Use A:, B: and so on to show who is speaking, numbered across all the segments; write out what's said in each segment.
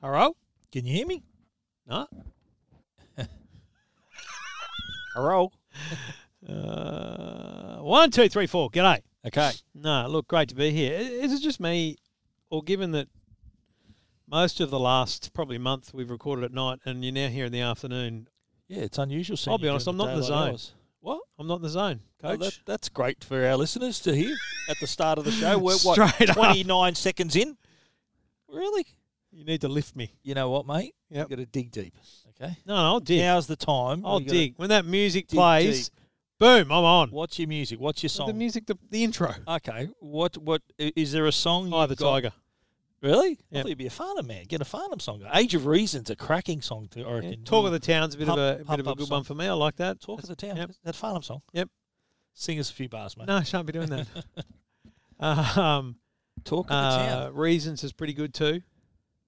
A: Hello? Can you hear me? Huh?
B: Hello.
A: Uh, one, two, three, four. G'day.
B: Okay.
A: No, look, great to be here. I- Is it just me, or given that most of the last probably month we've recorded at night and you're now here in the afternoon?
B: Yeah, it's unusual. seeing
A: I'll
B: you
A: be honest,
B: during
A: I'm not in the
B: daylight
A: zone.
B: hours. What?
A: I'm not in the zone,
B: Oh,
A: coach.
B: that, that's great for our listeners to hear at the start of the show. We're what
A: Straight up.
B: 29 seconds in. Really?
A: you need to lift me.
B: You know what, mate?
A: Yep.
B: You got to dig deep. Okay.
A: No, no I'll dig.
B: Now's the time.
A: I'll
B: Oh, You gotta
A: dig. When that music
B: dig
A: plays, boom, I'm on.
B: What's your music? What's your
A: The
B: song?
A: music, the, the intro.
B: okay. What? What i- is there a song?
A: Hi,
B: you've
A: the
B: got-
A: tiger.
B: Really? I
A: Yep.
B: thought you'd be a Farnham man. Get a Farnham song. Age of Reason's a cracking song. To, I reckon.
A: Talk of the town's a bit
B: Pump-
A: of a, a
B: pump
A: bit of a
B: up
A: good
B: song.
A: one for me. I like that.
B: Talk of the town.
A: Yep.
B: That Farnham song.
A: Yep.
B: Sing us a few bars, mate.
A: No, I shan't be doing that. um,
B: Talk of the town.
A: uh, reasons is pretty good too.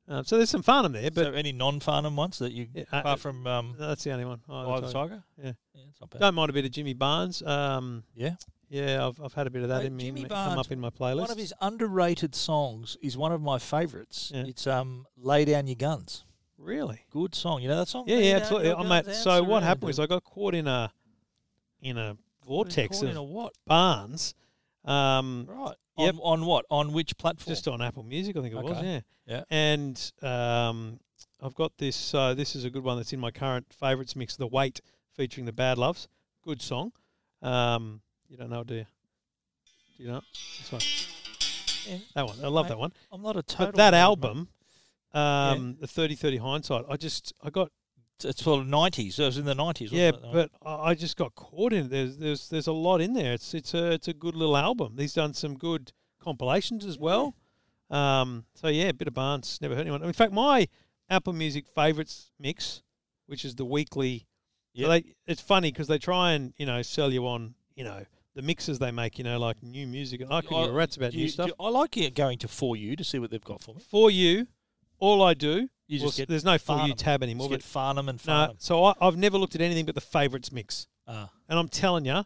A: Um, so there's some Farnham there, but
B: so any non-Farnham ones that you,
A: Yeah, uh,
B: apart from um,
A: that's the only one. Oh,
B: Eye of the
A: that's all right.
B: Tiger?
A: Yeah.
B: yeah it's not bad.
A: Don't mind a bit of Jimmy Barnes. Um,
B: Yeah.
A: yeah, I've, I've had a bit of that
B: Mate,
A: in me.
B: Jimmy
A: m- come
B: Barnes,
A: up in my playlist.
B: One of his underrated songs is one of my favourites.
A: Yeah.
B: It's um, "Lay Down Your Guns."
A: really?
B: Good song. You know that song?
A: Yeah,
B: Lay
A: yeah,
B: down
A: absolutely.
B: uh, your
A: Oh, mate,
B: guns and
A: so what
B: surrender.
A: happened was I got caught in a in a vortex
B: Caught in
A: of
B: a what?
A: Barnes, um,
B: Right.
A: Yep.
B: On, on what? On which platform?
A: just on Apple Music, I think it was.
B: Okay.
A: Yeah,
B: Yeah.
A: And um, I've got this. So this is a good one that's in my current favourites mix, "The Wait" featuring the Bad Loves. Good song. Um, you don't know, do you? Do you know this one?
B: Yeah.
A: That one. I love
B: Mate,
A: that one.
B: I'm not a total.
A: But that
B: nerd, mate.
A: album, um, the thirty thirty hindsight. I just I got
B: It's- it's sort of '90s. It was in the '90s. Wasn't
A: yeah,
B: it? Oh,
A: but I I just got caught in it. There's there's there's a lot in there. It's it's a it's a good little album. He's done some good compilations as well. Um, so yeah, a bit of Barnes never hurt anyone. In fact, my Apple Music favorites mix, which is the weekly. so
B: Yep.
A: they, it's funny because they try and you know sell you on you know the mixes they make. You know, like new music. And I could
B: I-
A: give a rat's about
B: do
A: new
B: you-
A: stuff.
B: do you- I like it going to for you to see what they've got for me.
A: for you, all I do.
B: You
A: well,
B: just get
A: there's no for you
B: Farnham.
A: tab
B: Just
A: anymore.
B: get
A: But
B: Farnham and
A: no,
B: Farnham.
A: so I, I've never looked at anything but the favorites mix.
B: Ah.
A: And I'm telling you,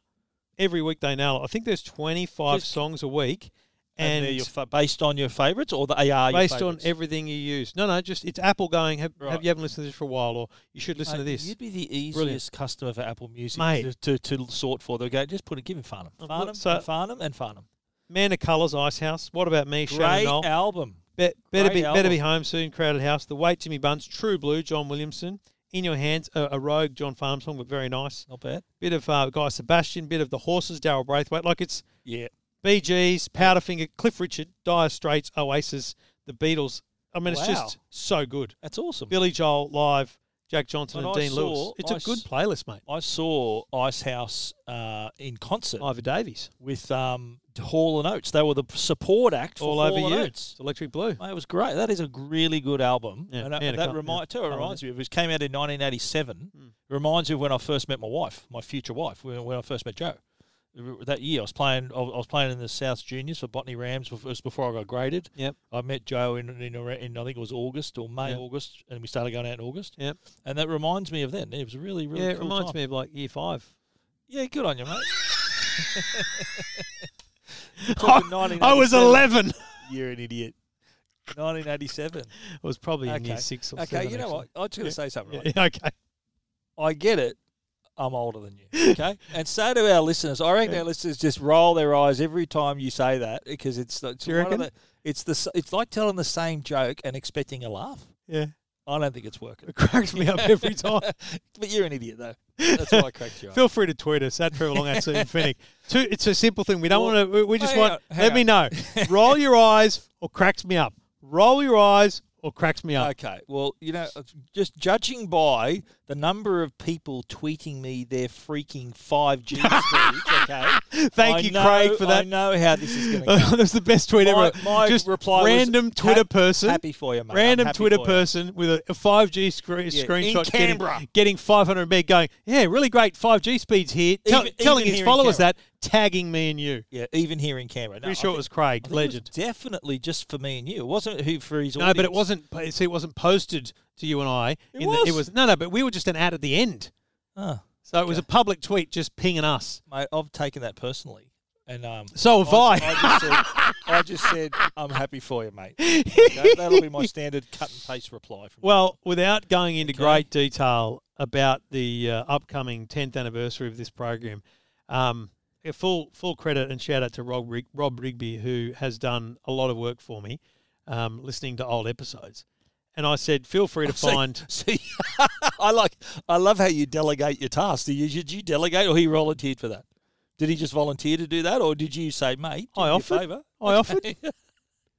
A: every week they nail it. I think there's 25
B: Just-
A: songs a week,
B: and,
A: and,
B: they're your fa- based on your favourites or the AR your
A: based on
B: favourites?
A: everything you use. No, no, just it's Apple going. Have,
B: Right.
A: have you haven't listened to this for a while, or you should listen to
B: Mate,
A: this.
B: You'd be the easiest
A: Brilliant.
B: customer for Apple Music
A: Mate.
B: To, to, to sort for. They'll go, just put it, give him Farnham.
A: I've
B: Farnham,
A: looked- so-
B: and Farnham, and Farnham.
A: Man of Colours, Ice House. What about me, Shannon
B: Great
A: Knoll?
B: album.
A: Be- better
B: great
A: be better
B: album.
A: be home soon. Crowded House. The Wait, Jimmy Buns. True Blue, John Williamson. In your hands, a, a rogue John Farm song, but very nice.
B: Not bad.
A: Bit of uh, Guy Sebastian. Bit of the Horses, Daryl Braithwaite. Like it's
B: Yeah.
A: BGs, Powderfinger, Cliff Richard, Dire Straits, Oasis, The Beatles. I mean, it's just
B: Wow.
A: so good.
B: That's awesome.
A: Billy Joel live, Jack Johnson
B: When
A: and
B: I
A: Dean
B: saw-
A: Lewis. It's a
B: I
A: good
B: s-
A: playlist, mate.
B: I saw Ice House uh, in concert
A: Ivor Davies,
B: with um, Hall and Oates. They were the support act for
A: all
B: Hall
A: over
B: and
A: you.
B: Oates.
A: It's Electric Blue.
B: Mate, it was great. That is a really good album.
A: Yeah,
B: and uh,
A: yeah, and I
B: that
A: can't- Hmm.
B: remind, too, it
A: I like
B: reminds me of it came out in 1987. Reminds me of when I first met my wife, my future wife, when, when I first met Joe. Uh, That year, I was playing. I was I was playing in the South Juniors for Botany Rams. It was before I got graded.
A: Yep.
B: I met Joe in in, ar- in I think it was August or May,
A: Yep.
B: August, and we started going out in August.
A: Yep.
B: And that reminds me of then. It was a really, really.
A: yeah, it
B: cool
A: reminds
B: time.
A: me of like year five.
B: Yeah, good on you, mate. You're
A: I-
B: talking 1987.
A: I was 11.
B: You're an idiot. 1987.
A: I was probably in year
B: Okay.
A: six or
B: Okay,
A: seven.
B: you know what? I'm just going to
A: Yeah.
B: say something. Right?
A: actually. Yeah, okay.
B: I get it. I'm older than you. Okay. and so do our listeners. I reckon our listeners just roll their eyes every time you say that because it's, it's,
A: You
B: one of
A: reckon?
B: the, it's, the, s- it's like telling the same joke and expecting a laugh.
A: Yeah.
B: I don't think it's working.
A: It cracks me up every time.
B: But you're an idiot, though. That's why I cracked you up.
A: Feel free to tweet us at Trevor Long at Stephen Finnick. Two, it's a simple thing. We don't
B: Well,
A: want to. We just
B: hang
A: want.
B: on, hang
A: let me
B: on.
A: know. Roll your eyes or cracks me up. Roll your eyes or cracks me up.
B: Okay. Well, you know, uh, just judging by the number of people tweeting me their freaking 5G speeds, okay?
A: Thank
B: I
A: you,
B: know-
A: Craig, for
B: I
A: that.
B: know how this is going to go.
A: That was the best tweet
B: My-
A: ever.
B: my
A: Just
B: reply was,
A: random Twitter
B: "Hap-
A: person.
B: Happy for you, mate. I'm
A: Random
B: happy
A: Twitter
B: for you."
A: person with a, a 5G screen,
B: Yeah, in
A: screenshot
B: Canberra.
A: getting, getting 500 meg going, yeah, really great 5G speeds here. Tell,
B: Even-
A: telling
B: even
A: his
B: here in
A: followers
B: Canberra.
A: that, tagging me and you.
B: Yeah, even here in Canberra. No,
A: Pretty sure
B: I
A: it was
B: think- I
A: Craig,
B: think it was
A: legend.
B: definitely just for me and you. It wasn't who for his
A: No, but it wasn't. but See, it wasn't posted to you and I.
B: It
A: in The, it
B: was.
A: was no, no. But we were just an ad at the end,
B: Oh,
A: so it was a public tweet just pinging us.
B: mate, I've taken that personally. And um,
A: So have
B: I,
A: I.
B: I, just said, I just said, I'm happy for you, mate. Okay, that'll be my standard cut and paste reply. From
A: Well, without going into
B: Okay.
A: great detail about the uh, upcoming 10th anniversary of this program, um, a full full credit and shout out to Rob, Rig- Rob Rigby, who has done a lot of work for me, um, listening to old episodes. And I said, feel free to
B: See-
A: find.
B: See, I like, I love how you delegate your tasks. Did you, did you delegate, or he volunteered for that? Did he just volunteer to do that, or did you say, mate? do
A: I
B: me a
A: offered.
B: favour?
A: I offered.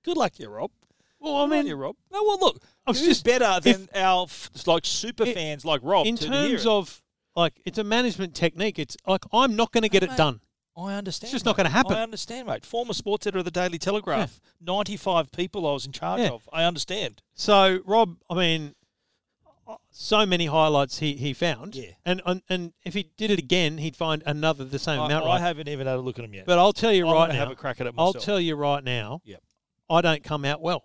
B: Good luck, you Rob.
A: Well, I
B: Good on
A: mean,
B: you Rob. No, well, look,
A: I was
B: who's
A: just
B: better
A: if-
B: than our f- like super
A: I-
B: fans like Rob.
A: in
B: to
A: terms
B: hear it.
A: of like it's a management technique. It's like I'm not going to get it
B: Mate,
A: done.
B: I understand.
A: It's just not gonna
B: mate.
A: happen.
B: I understand, mate. Former sports editor of the Daily Telegraph, ninety-five people I was in charge
A: Yeah.
B: of. I understand.
A: So Rob, I mean, uh, so many highlights he, he found.
B: Yeah.
A: And, and and if he did it again, he'd find another the same
B: I,
A: amount,
B: I
A: right?
B: haven't even had a look at them yet.
A: but I'll tell you
B: I'm
A: right
B: gonna
A: now.
B: have a crack at it
A: I'll
B: myself.
A: tell you right now.
B: Yep.
A: I don't come out well.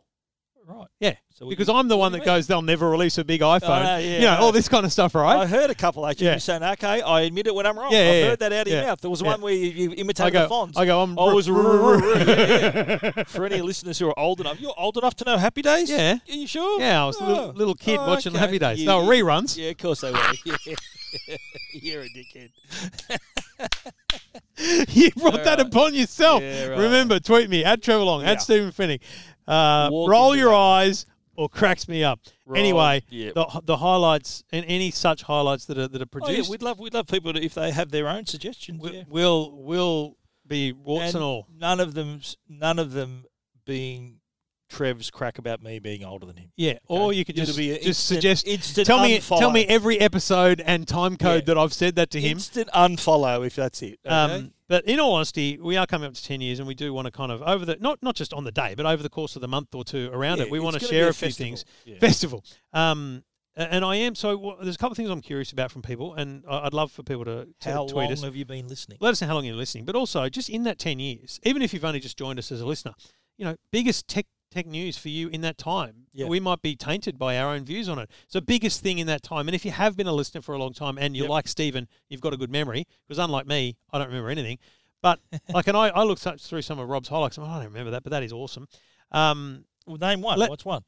B: right.
A: Yeah.
B: So we
A: because
B: can-
A: I'm the
B: what
A: one
B: do
A: that
B: you mean?
A: goes, they'll never release a big iPhone.
B: know, yeah,
A: you know,
B: I know.
A: all this kind of stuff,
B: I
A: right?
B: heard a couple actually
A: Yeah.
B: saying, "Okay, I admit it when I'm wrong."
A: Yeah,
B: I've
A: yeah,
B: heard that out of your
A: yeah.
B: mouth. There was
A: Yeah.
B: one where you, you imitated
A: go,
B: the Oh, fonts.
A: I go, I'm
B: I
A: ru-
B: was
A: ru- ru- ru-
B: yeah, yeah. for any listeners who are old enough. You're old enough to know Happy Days.
A: Yeah.
B: Are you sure?
A: yeah, I was a little,
B: Oh.
A: little kid
B: Oh,
A: watching
B: okay.
A: Happy Days.
B: You-
A: They were reruns.
B: Yeah, of course they were. Yeah. You're a dickhead.
A: you brought that
B: Alright.
A: upon yourself.
B: Yeah, right.
A: Remember, tweet me at Trevor Long,
B: Yeah.
A: at Stephen Finnick. Uh,
B: Walk
A: roll
B: into
A: your
B: that.
A: eyes or cracks me up.
B: Roll-
A: anyway,
B: yeah.
A: the, the highlights and any such highlights that are that are
B: Oh, yeah,
A: produced
B: we'd love we'd love people to, if they have their own suggestions.
A: wi-
B: yeah.
A: will will be warts and,
B: And
A: all.
B: None of them none of them being Trev's crack about me being older than him.
A: Yeah, or you could
B: It'll
A: just
B: be an
A: just
B: instant-
A: suggest.
B: instant
A: tell me
B: unfollow.
A: tell me every episode and time code
B: Yeah.
A: that I've said that to him.
B: Instant unfollow if that's it. Okay?
A: Um, but in all honesty, we are coming up to ten years, and we do want to kind of over the not not just on the day, but over the course of the month or two around
B: Yeah,
A: it, we
B: it's
A: want to
B: gonna
A: share
B: be
A: a,
B: a
A: few
B: festival.
A: things.
B: Yeah.
A: Festival. Um, a- and I am so w- there's a couple of things I'm curious about from people, and I- I'd love for people to, to
B: How
A: tweet
B: long
A: us.
B: have you been listening?
A: Let us know how long you're listening, but also just in that ten years, even if you've only just joined us as a listener, you know, biggest tech tech news for you in that time.
B: Yeah.
A: We might be tainted by our own views on it. So biggest thing in that time, and if you have been a listener for a long time and you're
B: Yep.
A: like Stephen, you've got a good memory because unlike me, I don't remember anything. But like, and I I looked up through some of Rob's highlights. and I don't remember that, but that is awesome. Um,
B: Well, name one.
A: Let-
B: What's one?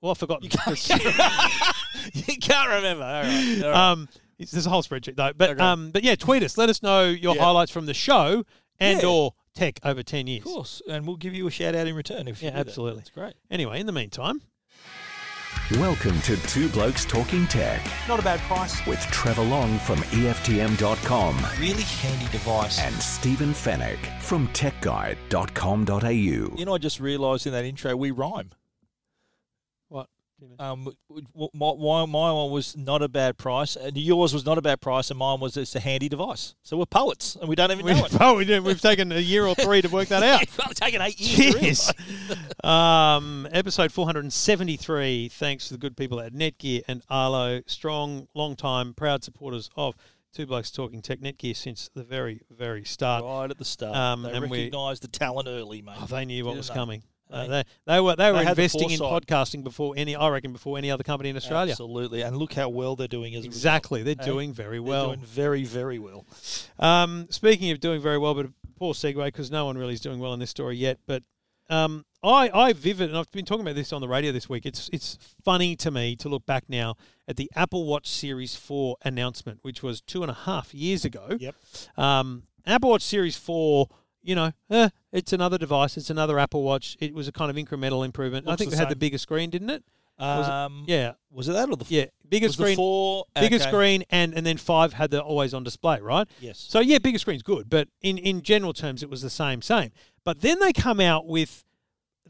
A: well, I've forgotten.
B: you can't remember. All right. All right.
A: um, it's- there's a whole spreadsheet though. But
B: Okay.
A: um, but yeah, tweet us. Let us know your
B: Yeah.
A: highlights from the show and
B: Yeah.
A: or tech over ten years.
B: of course, and we'll give you a shout out in return if you
A: Yeah,
B: do that.
A: absolutely.
B: That's great.
A: Anyway, in the meantime,
C: Welcome to Two Blokes Talking Tech
A: not a bad price.
C: with Trevor Long from E EFTM.com
B: Really handy device.
C: and Stephen Fennec from TechGuide.com.au.
B: You know, I just realised in that intro we rhyme.
A: What?
B: Um, w- w- my, my, my one was not a bad price, and yours was not a bad price, and mine was it's a handy device. So we're poets, and we don't even
A: We,
B: know it.
A: oh, we did, we've taken a year or three to work that out.
B: well, it's taken eight years. to realise.
A: Jeez. um, episode 473. Thanks to the good people at Netgear and Arlo. Strong, long time, proud supporters of Two Blokes Talking Tech Netgear since the very, very start.
B: Right at the start,
A: Um,
B: they
A: and we-
B: recognised the talent early, mate.
A: Oh, they knew what
B: Didn't
A: was
B: they?
A: coming. Uh,
B: They-
A: they, they were they were
B: had the
A: investing in
B: foresight.
A: podcasting before any I reckon before any other company in Australia.
B: Absolutely, and look how well they're doing as a result.
A: Exactly, they're
B: Hey,
A: doing very
B: They're
A: well.
B: doing very, very well.
A: Um, speaking of doing very well, but a poor segue because no one really is doing well in this story yet. But um, I, I vivid, and I've been talking about this on the radio this week. It's it's funny to me to look back now at the Apple Watch Series Four announcement, which was two and a half years ago.
B: Yep.
A: Um, Apple Watch Series Four, you know, eh, it's another device. It's another Apple Watch. It was a kind of incremental improvement. I
B: Looks
A: think
B: the
A: they had the
B: same.
A: bigger screen, didn't it? Was it-
B: Um,
A: Yeah,
B: Was it that or the
A: yeah, bigger
B: was the
A: screen,
B: four
A: bigger
B: okay.
A: screen, and and then five had the always on display, right?
B: Yes.
A: So yeah, bigger screen's good, but in in general terms, it was the same same. But then they come out with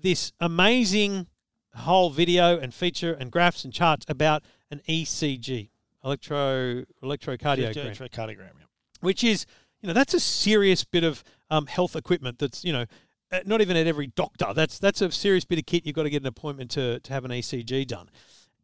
A: this amazing whole video and feature and graphs and charts about an ECG, electro electrocardiogram,
B: Electrocardiogram, yeah.
A: which is you know that's a serious bit of um, health equipment that's you know. uh, Not even at every doctor. That's that's a serious bit of kit. You've got to get an appointment to, to have an ECG done.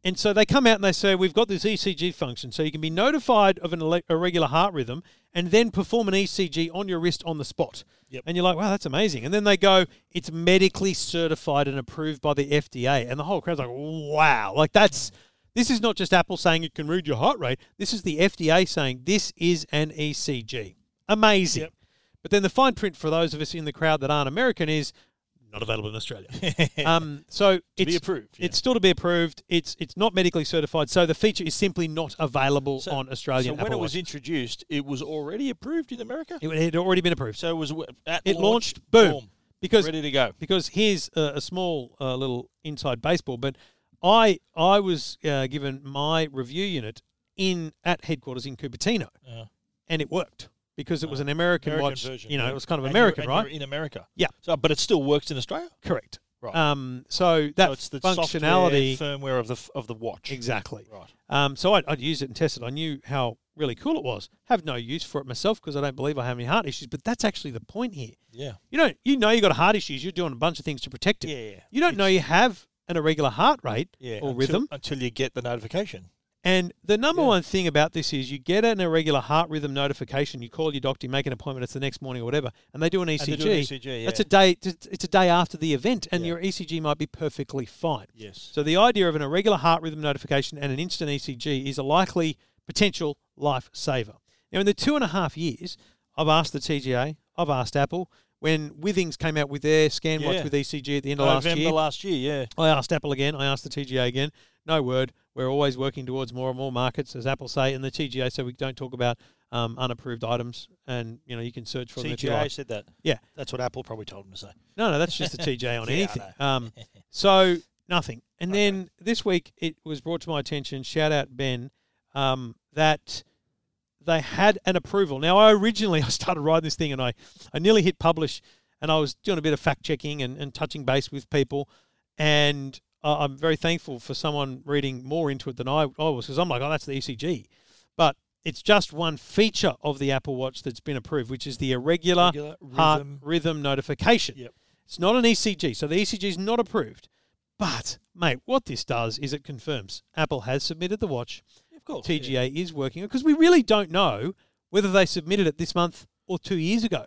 A: And so they come out and they say, We've got this ECG function. So you can be notified of an ele- irregular heart rhythm and then perform an ECG on your wrist on the spot.
B: Yep.
A: And you're like, Wow, that's amazing. And then they go, It's medically certified and approved by the FDA. And the whole crowd's like, Wow. Like, that's this is not just Apple saying it can read your heart rate. This is the FDA saying this is an ECG. E Amazing.
B: Yep.
A: But then the fine print for those of us in the crowd that aren't American is not available in Australia. um, so
B: to be
A: it's
B: approved. yeah.
A: it's still to be approved. It's it's not medically certified, so the feature is simply not available
B: So-
A: on
B: so
A: Australian
B: when
A: Apple
B: it was
A: Watch.
B: introduced, it was already approved in America.
A: It had already been approved.
B: So it was w- at
A: it
B: launch,
A: launched, boom, because
B: ready to go.
A: because here's a, a small uh, little inside baseball, but I I was uh, given my review unit in at headquarters in Cupertino,
B: Yeah.
A: and it worked because it was an American,
B: Uh-huh. American
A: watch.
B: version,
A: you know,
B: yeah.
A: it was kind of
B: And you're-
A: American,
B: and
A: right?
B: you're in America.
A: Yeah.
B: So, but it still works in Australia.
A: Correct.
B: Right.
A: Um, so that
B: so it's the
A: functionality
B: software, firmware of the f- of the watch.
A: exactly.
B: Right.
A: Um, so I'd, I'd used it and tested. I knew how really cool it was. Have no use for it myself because I don't believe I have any heart issues. But that's actually the point here.
B: Yeah.
A: You don't. You know you got heart issues. You're doing a bunch of things to protect it.
B: Yeah. Yeah.
A: You don't know you have an irregular heart rate
B: Yeah.
A: or
B: until-
A: rhythm.
B: until you get the notification.
A: And the number
B: Yeah.
A: one thing about this is you get an irregular heart rhythm notification. You call your doctor, you make an appointment. It's the next morning or whatever, and they do an
B: And
A: ECG.
B: they do an ECG, yeah.
A: That's a day. It's a day after the event, and
B: Yeah.
A: your ECG might be perfectly fine.
B: Yes.
A: So the idea of an irregular heart rhythm notification and an instant ECG is a likely potential lifesaver. Now, in the two and a half years, I've asked the TGA, I've asked Apple. When Withings came out with their scan watch
B: Yeah.
A: with ECG at the end of last
B: November
A: year,
B: last year. Yeah.
A: I asked Apple again. I asked the TGA again. No word. We're always working towards more and more markets, as Apple say, and the TGA say we don't talk about um, unapproved items. And you know you can search for them if you
B: TGA
A: like.
B: said that.
A: Yeah.
B: That's what Apple probably told them to say.
A: No, no, that's just the TGA on
B: Yeah, I
A: anything. Um, so nothing. And then this week it was brought to my attention. Shout out Ben um, that they had an approval. Now I originally I started riding this thing and I I nearly hit publish and I was doing a bit of fact checking and, and touching base with people and I I'm very thankful for someone reading more into it than I, I was because I'm like oh that's the ECG, but it's just one feature of the Apple Watch that's been approved, which is the irregular,
B: Regular
A: heart
B: rhythm.
A: rhythm notification.
B: Yep.
A: It's not an ECG, so the ECG is not approved. But, mate, what this does is it confirms Apple has submitted the watch.
B: Of course. yeah.
A: TGA is working because we really don't know whether they submitted it this month or two years ago.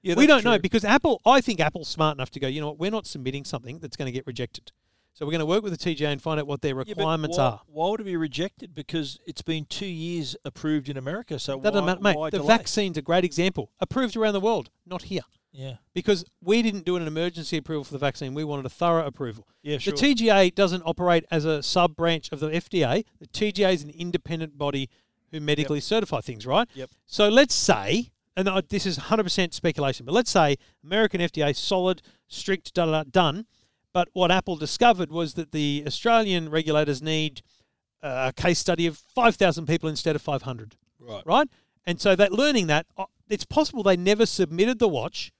B: Yeah,
A: we
B: that's
A: don't know
B: true.
A: because Apple, I think Apple's smart enough to go, you know what, we're not submitting something that's going to get rejected. So we're going to work with the TGA and find out what their
B: Yeah, but
A: requirements
B: why,
A: are.
B: Why would it be rejected? Because it's been two years approved in America. So
A: That doesn't
B: why,
A: matter, mate.
B: why
A: the
B: delay?
A: vaccine's a great example. Approved around the world, not here.
B: Yeah.
A: because we didn't do an emergency approval for the vaccine. We wanted a thorough approval.
B: Yeah, sure.
A: The TGA doesn't operate as a sub branch of the FDA. The TGA is an independent body who medically certify things, right?
B: Yep.
A: So let's say, and I- this is 100% speculation, but let's say American FDA, solid, strict, da, da, da, done. But what Apple discovered was that the Australian regulators need a case study of 5,000 people instead of 500
B: Right.
A: right? And so that learning that uh, it's possible they never submitted the watch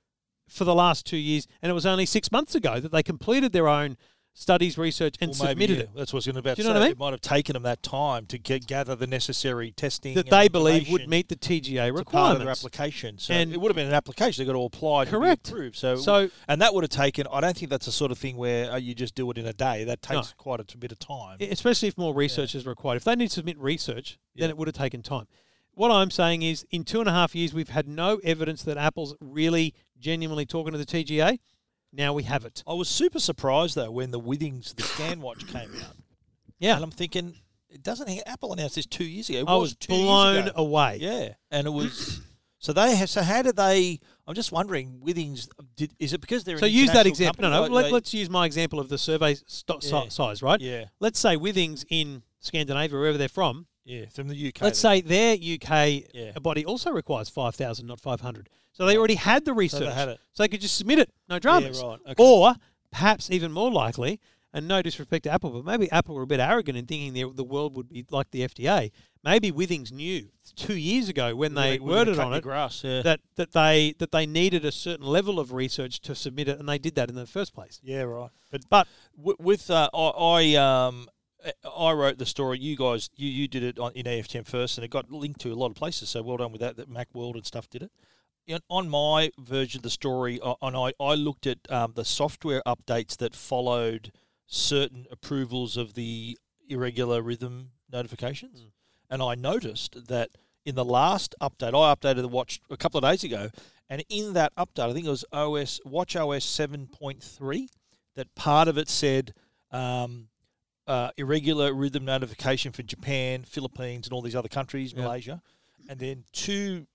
A: for the last two years, and it was only six months ago that they completed their own studies, research, and
B: Well, maybe,
A: submitted
B: yeah,
A: it
B: That's what I was going to about.
A: Do you
B: to
A: know what
B: say.
A: I mean?
B: It might have taken them that time to get, gather the necessary testing
A: that
B: and
A: they believe would
B: information
A: meet the TGA
B: to part of their
A: requirements.
B: application. So
A: And-
B: it would have been an application. They got to apply.
A: Correct.
B: To be approved. So,
A: So-
B: and that would have taken. I don't think that's the sort of thing where uh, you just do it in a day. That takes quite a bit of time.
A: e, Especially if more research is required. If they need to submit research, then
B: Yeah.
A: it would have taken time. What I'm saying is, in two and a half years, we've had no evidence that Apple's really genuinely talking to the TGA. Now we have it.
B: I was super surprised though when the Withings the scan watch came out,
A: Yeah,
B: and I'm thinking, it doesn't Apple announced this two years ago? It
A: I was
B: two years
A: blown
B: ago.
A: away.
B: Yeah, and it was. so they have. So how did they? I'm just wondering. Withings did, is it because they're
A: So
B: an
A: use that
B: international
A: example.
B: company,
A: No, no.
B: like
A: Let,
B: they-
A: let's use my example of the survey sto- si-
B: Yeah.
A: size, right?
B: Yeah.
A: Let's say Withings in Scandinavia, wherever they're from.
B: yeah from the UK.
A: Let's
B: they-
A: say their UK
B: Yeah.
A: body also requires five thousand, not five hundred. So they already had the research,
B: had it.
A: so they could just submit it, no dramas.
B: right, okay.
A: Or perhaps even more likely, and no disrespect to Apple, but maybe Apple were a bit arrogant in thinking the, the world would be like the FDA. Maybe Withings knew two years ago when
B: we're
A: they
B: gonna
A: worded
B: cut
A: on
B: the
A: it
B: Grass. Yeah.
A: that, that they that they needed a certain level of research to submit it, and they did that in the first place.
B: yeah. Right. But
A: But
B: wi- with uh, I, I um. I wrote the story. You guys, you, you did it on, in E AFTM first, and it got linked to a lot of places. So well done with that. That MacWorld and stuff did it. In, on my version of the story, uh, on I, I looked at um, the software updates that followed certain approvals of the irregular rhythm notifications, and I noticed that in the last update, I updated the watch a couple of days ago, and in that update, I think it was OS Watch OS seven point three, that part of it said. Um, uh, irregular rhythm notification for Japan, Philippines, and all these other countries, Malaysia, and then two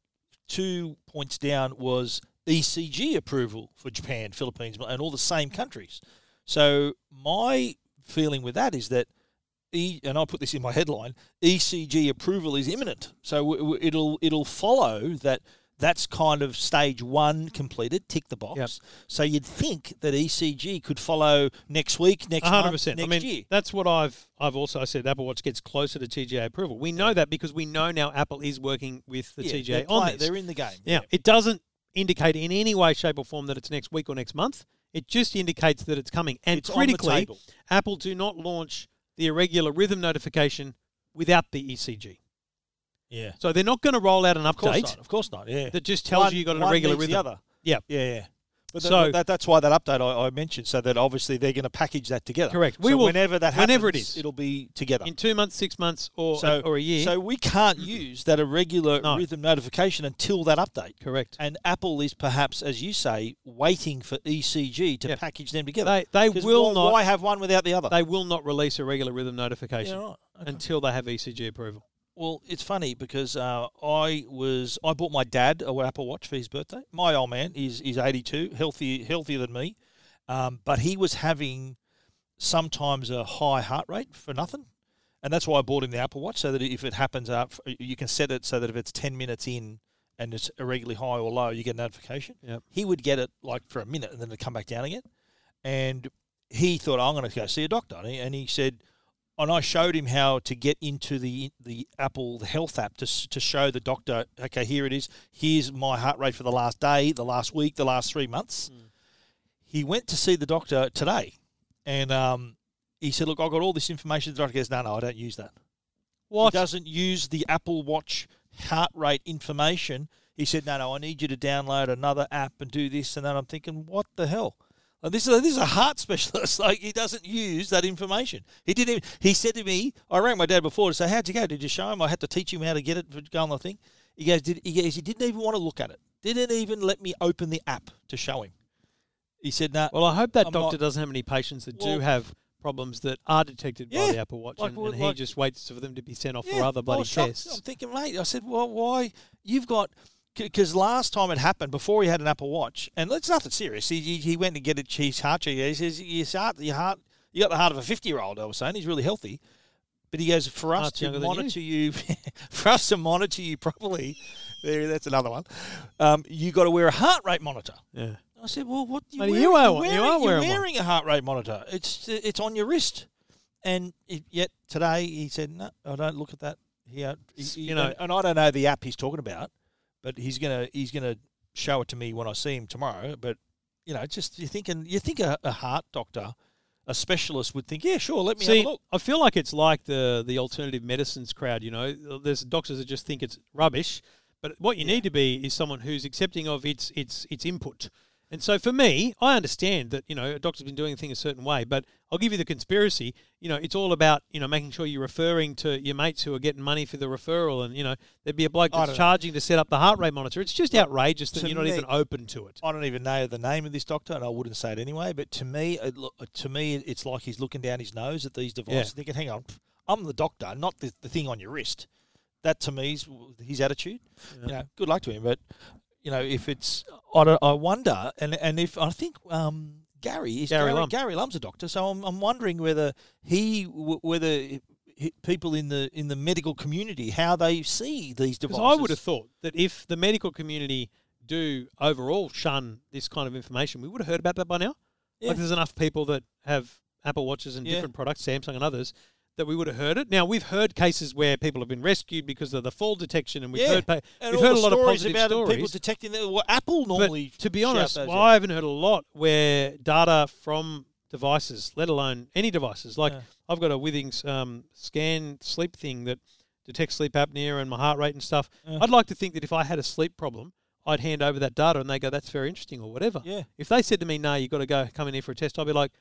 B: two points down was ECG approval for Japan, Philippines, and all the same countries. So my feeling with that is that, e, and I'll put this in my headline: ECG approval is imminent. So w- w- it'll it'll follow that. That's kind of stage one completed, tick the box.
A: Yep.
B: So you'd think that ECG could follow next week, next
A: A hundred
B: month,
A: percent.
B: next
A: I mean,
B: year.
A: that's what I've I've also said. Apple Watch gets closer to TGA approval. We know that because we know now Apple is working with the
B: Yeah,
A: TGA
B: they're
A: on
B: play-
A: this.
B: They're in the game.
A: Now, it doesn't indicate in any way, shape, or form that it's next week or next month. It just indicates that it's coming. And
B: It's on the
A: critically,
B: table.
A: Apple do not launch the irregular rhythm notification without the ECG.
B: Yeah.
A: So they're not going to roll out an
B: Of course
A: update
B: not. Of course not. Yeah.
A: that just tells
B: One-
A: you you got an
B: one
A: irregular
B: needs
A: rhythm.
B: The other.
A: Yeah,
B: Yeah, yeah. But
A: So-
B: so, that, that's why that update I, I mentioned, so that obviously they're going to package that together.
A: Correct.
B: So
A: We will-
B: whenever that happens,
A: whenever it is.
B: it'll be together.
A: in two months, six months, or
B: so,
A: or a year.
B: So we can't use that irregular
A: No.
B: rhythm notification until that update.
A: correct.
B: And Apple is perhaps, as you say, waiting for ECG to
A: Yeah.
B: package them together.
A: They they
B: 'Cause
A: will
B: why,
A: not
B: Why have one without the other?
A: they will not release irregular rhythm
B: yeah,
A: notification
B: right. Okay.
A: until they have ECG approval.
B: Well, it's funny because uh, I was I bought my dad a Apple Watch for his birthday. My old man is is eighty two, healthy healthier than me, um, but he was having sometimes a high heart rate for nothing, and that's why I bought him the Apple Watch so that if it happens, up, you can set it so that if it's ten minutes in and it's irregularly high or low, you get a notification.
A: Yep.
B: He would get it like for a minute and then it'd come back down again, and he thought I'm going to go see a doctor, and he, and he said and I showed him how to get into the the Apple Health app to s- to show the doctor. Okay, here it is. Here's my heart rate for the last day, the last week, the last three months. He went to see the doctor today, and um, he said, "Look, I got all this information." The doctor goes, "No, no, I don't use that.
A: What?
B: He doesn't use the Apple Watch heart rate information." He said, "No, no, I need you to download another app and do this." And then I'm thinking, "What the hell?" Like, this is this is a heart specialist. Like he doesn't use that information. He didn't. Even, he said to me, I rang my dad before to say, "How'd you go? Did you show him?" I had to teach him how to get it for go on the thing. He goes, "Did he goes? He didn't even want to look at it. Didn't even let me open the app to show him." He said, "No."
A: Well, I hope that
B: I'm
A: doctor
B: not-
A: doesn't have any patients that
B: Well-
A: do have problems that are detected by
B: Yeah,
A: the Apple Watch,
B: like
A: and,
B: what-
A: and he
B: like-
A: just waits for them to be sent off
B: Yeah,
A: for other
B: I
A: bloody
B: was shocked. I'm
A: tests.
B: thinking, mate. I said, well, why? You've got because last time it happened before he had an Apple Watch, and it's nothing serious. He, he, he went to get a cheese heart check. He says, your heart, your heart, you got the heart of a 50 year old. I was saying he's really healthy, but he goes for us
A: Heart's
B: to
A: younger than you."
B: monitor you, for us to monitor you properly. There, that's another one. Um, you got to wear a heart rate monitor.
A: Yeah.
B: I said, "Well, what you,
A: Mate,
B: wearing,
A: you
B: you
A: are-
B: are
A: you
B: wearing,
A: are
B: you're
A: wearing one.
B: wearing a heart rate monitor. It's it's on your wrist." And it, yet today he said, "No, I don't look at that." He, uh, he- he-
A: You know-
B: and, and I don't know the app he's talking about, but he's gonna he's gonna show it to me when I see him tomorrow. But you know, just you're thinking you think a, a heart doctor, a specialist would think, "Yeah, sure, let me
A: See,
B: have a look."
A: I feel like it's like the the alternative medicines crowd. You know, there's doctors that just think it's rubbish, but what you need to be is someone who's accepting of its its its input. And so for me, I understand that you know a doctor's been doing a thing a certain way, but I'll give you the conspiracy. You know, it's all about you know making sure you're referring to your mates who are getting money for the referral, and you know there'd be a bloke
B: I
A: that's
B: don't know.
A: charging to set up the heart rate monitor. It's just outrageous that
B: to
A: you're not
B: me-
A: even open to it.
B: I don't even know the name of this doctor, and I wouldn't say it anyway. But to me, it, lo- to me, it's like he's looking down his nose at these devices, thinking, "Hang on, I'm the doctor, not the, the thing on your wrist." That to me is his attitude. You know, good luck to him. But you know, if it's, I, don't, I wonder, and and if I think um, Gary is
A: Gary
B: Gary, Gary,
A: Lum.
B: Lum's a doctor, so I'm, I'm wondering whether he w- whether he- people in the in the medical community how they see these devices.
A: Because I would have thought that if the medical community do overall shun this kind of information, we would have heard about that by now.
B: Yeah.
A: Like there's enough people that have Apple Watches and
B: Yeah.
A: different products, Samsung and others, that we would have heard it. Now we've heard cases where people have been rescued because of the fall detection, and we've heard pa-
B: and
A: we've
B: all
A: heard a
B: the
A: lot of
B: stories
A: positive
B: about it,
A: stories.
B: people detecting that. Well, Apple normally,
A: but to be
B: shout
A: honest,
B: those
A: well,
B: out.
A: I haven't heard a lot where data from devices, let alone any devices, like
B: Yeah.
A: I've got a Withings um, scan sleep thing that detects sleep apnea and my heart rate and stuff.
B: Yeah.
A: I'd like to think that if I had a sleep problem, I'd hand over that data and they go, "That's very interesting" or whatever.
B: Yeah.
A: If they said to me, "No, you've got to go come in here for a test," I'd be like,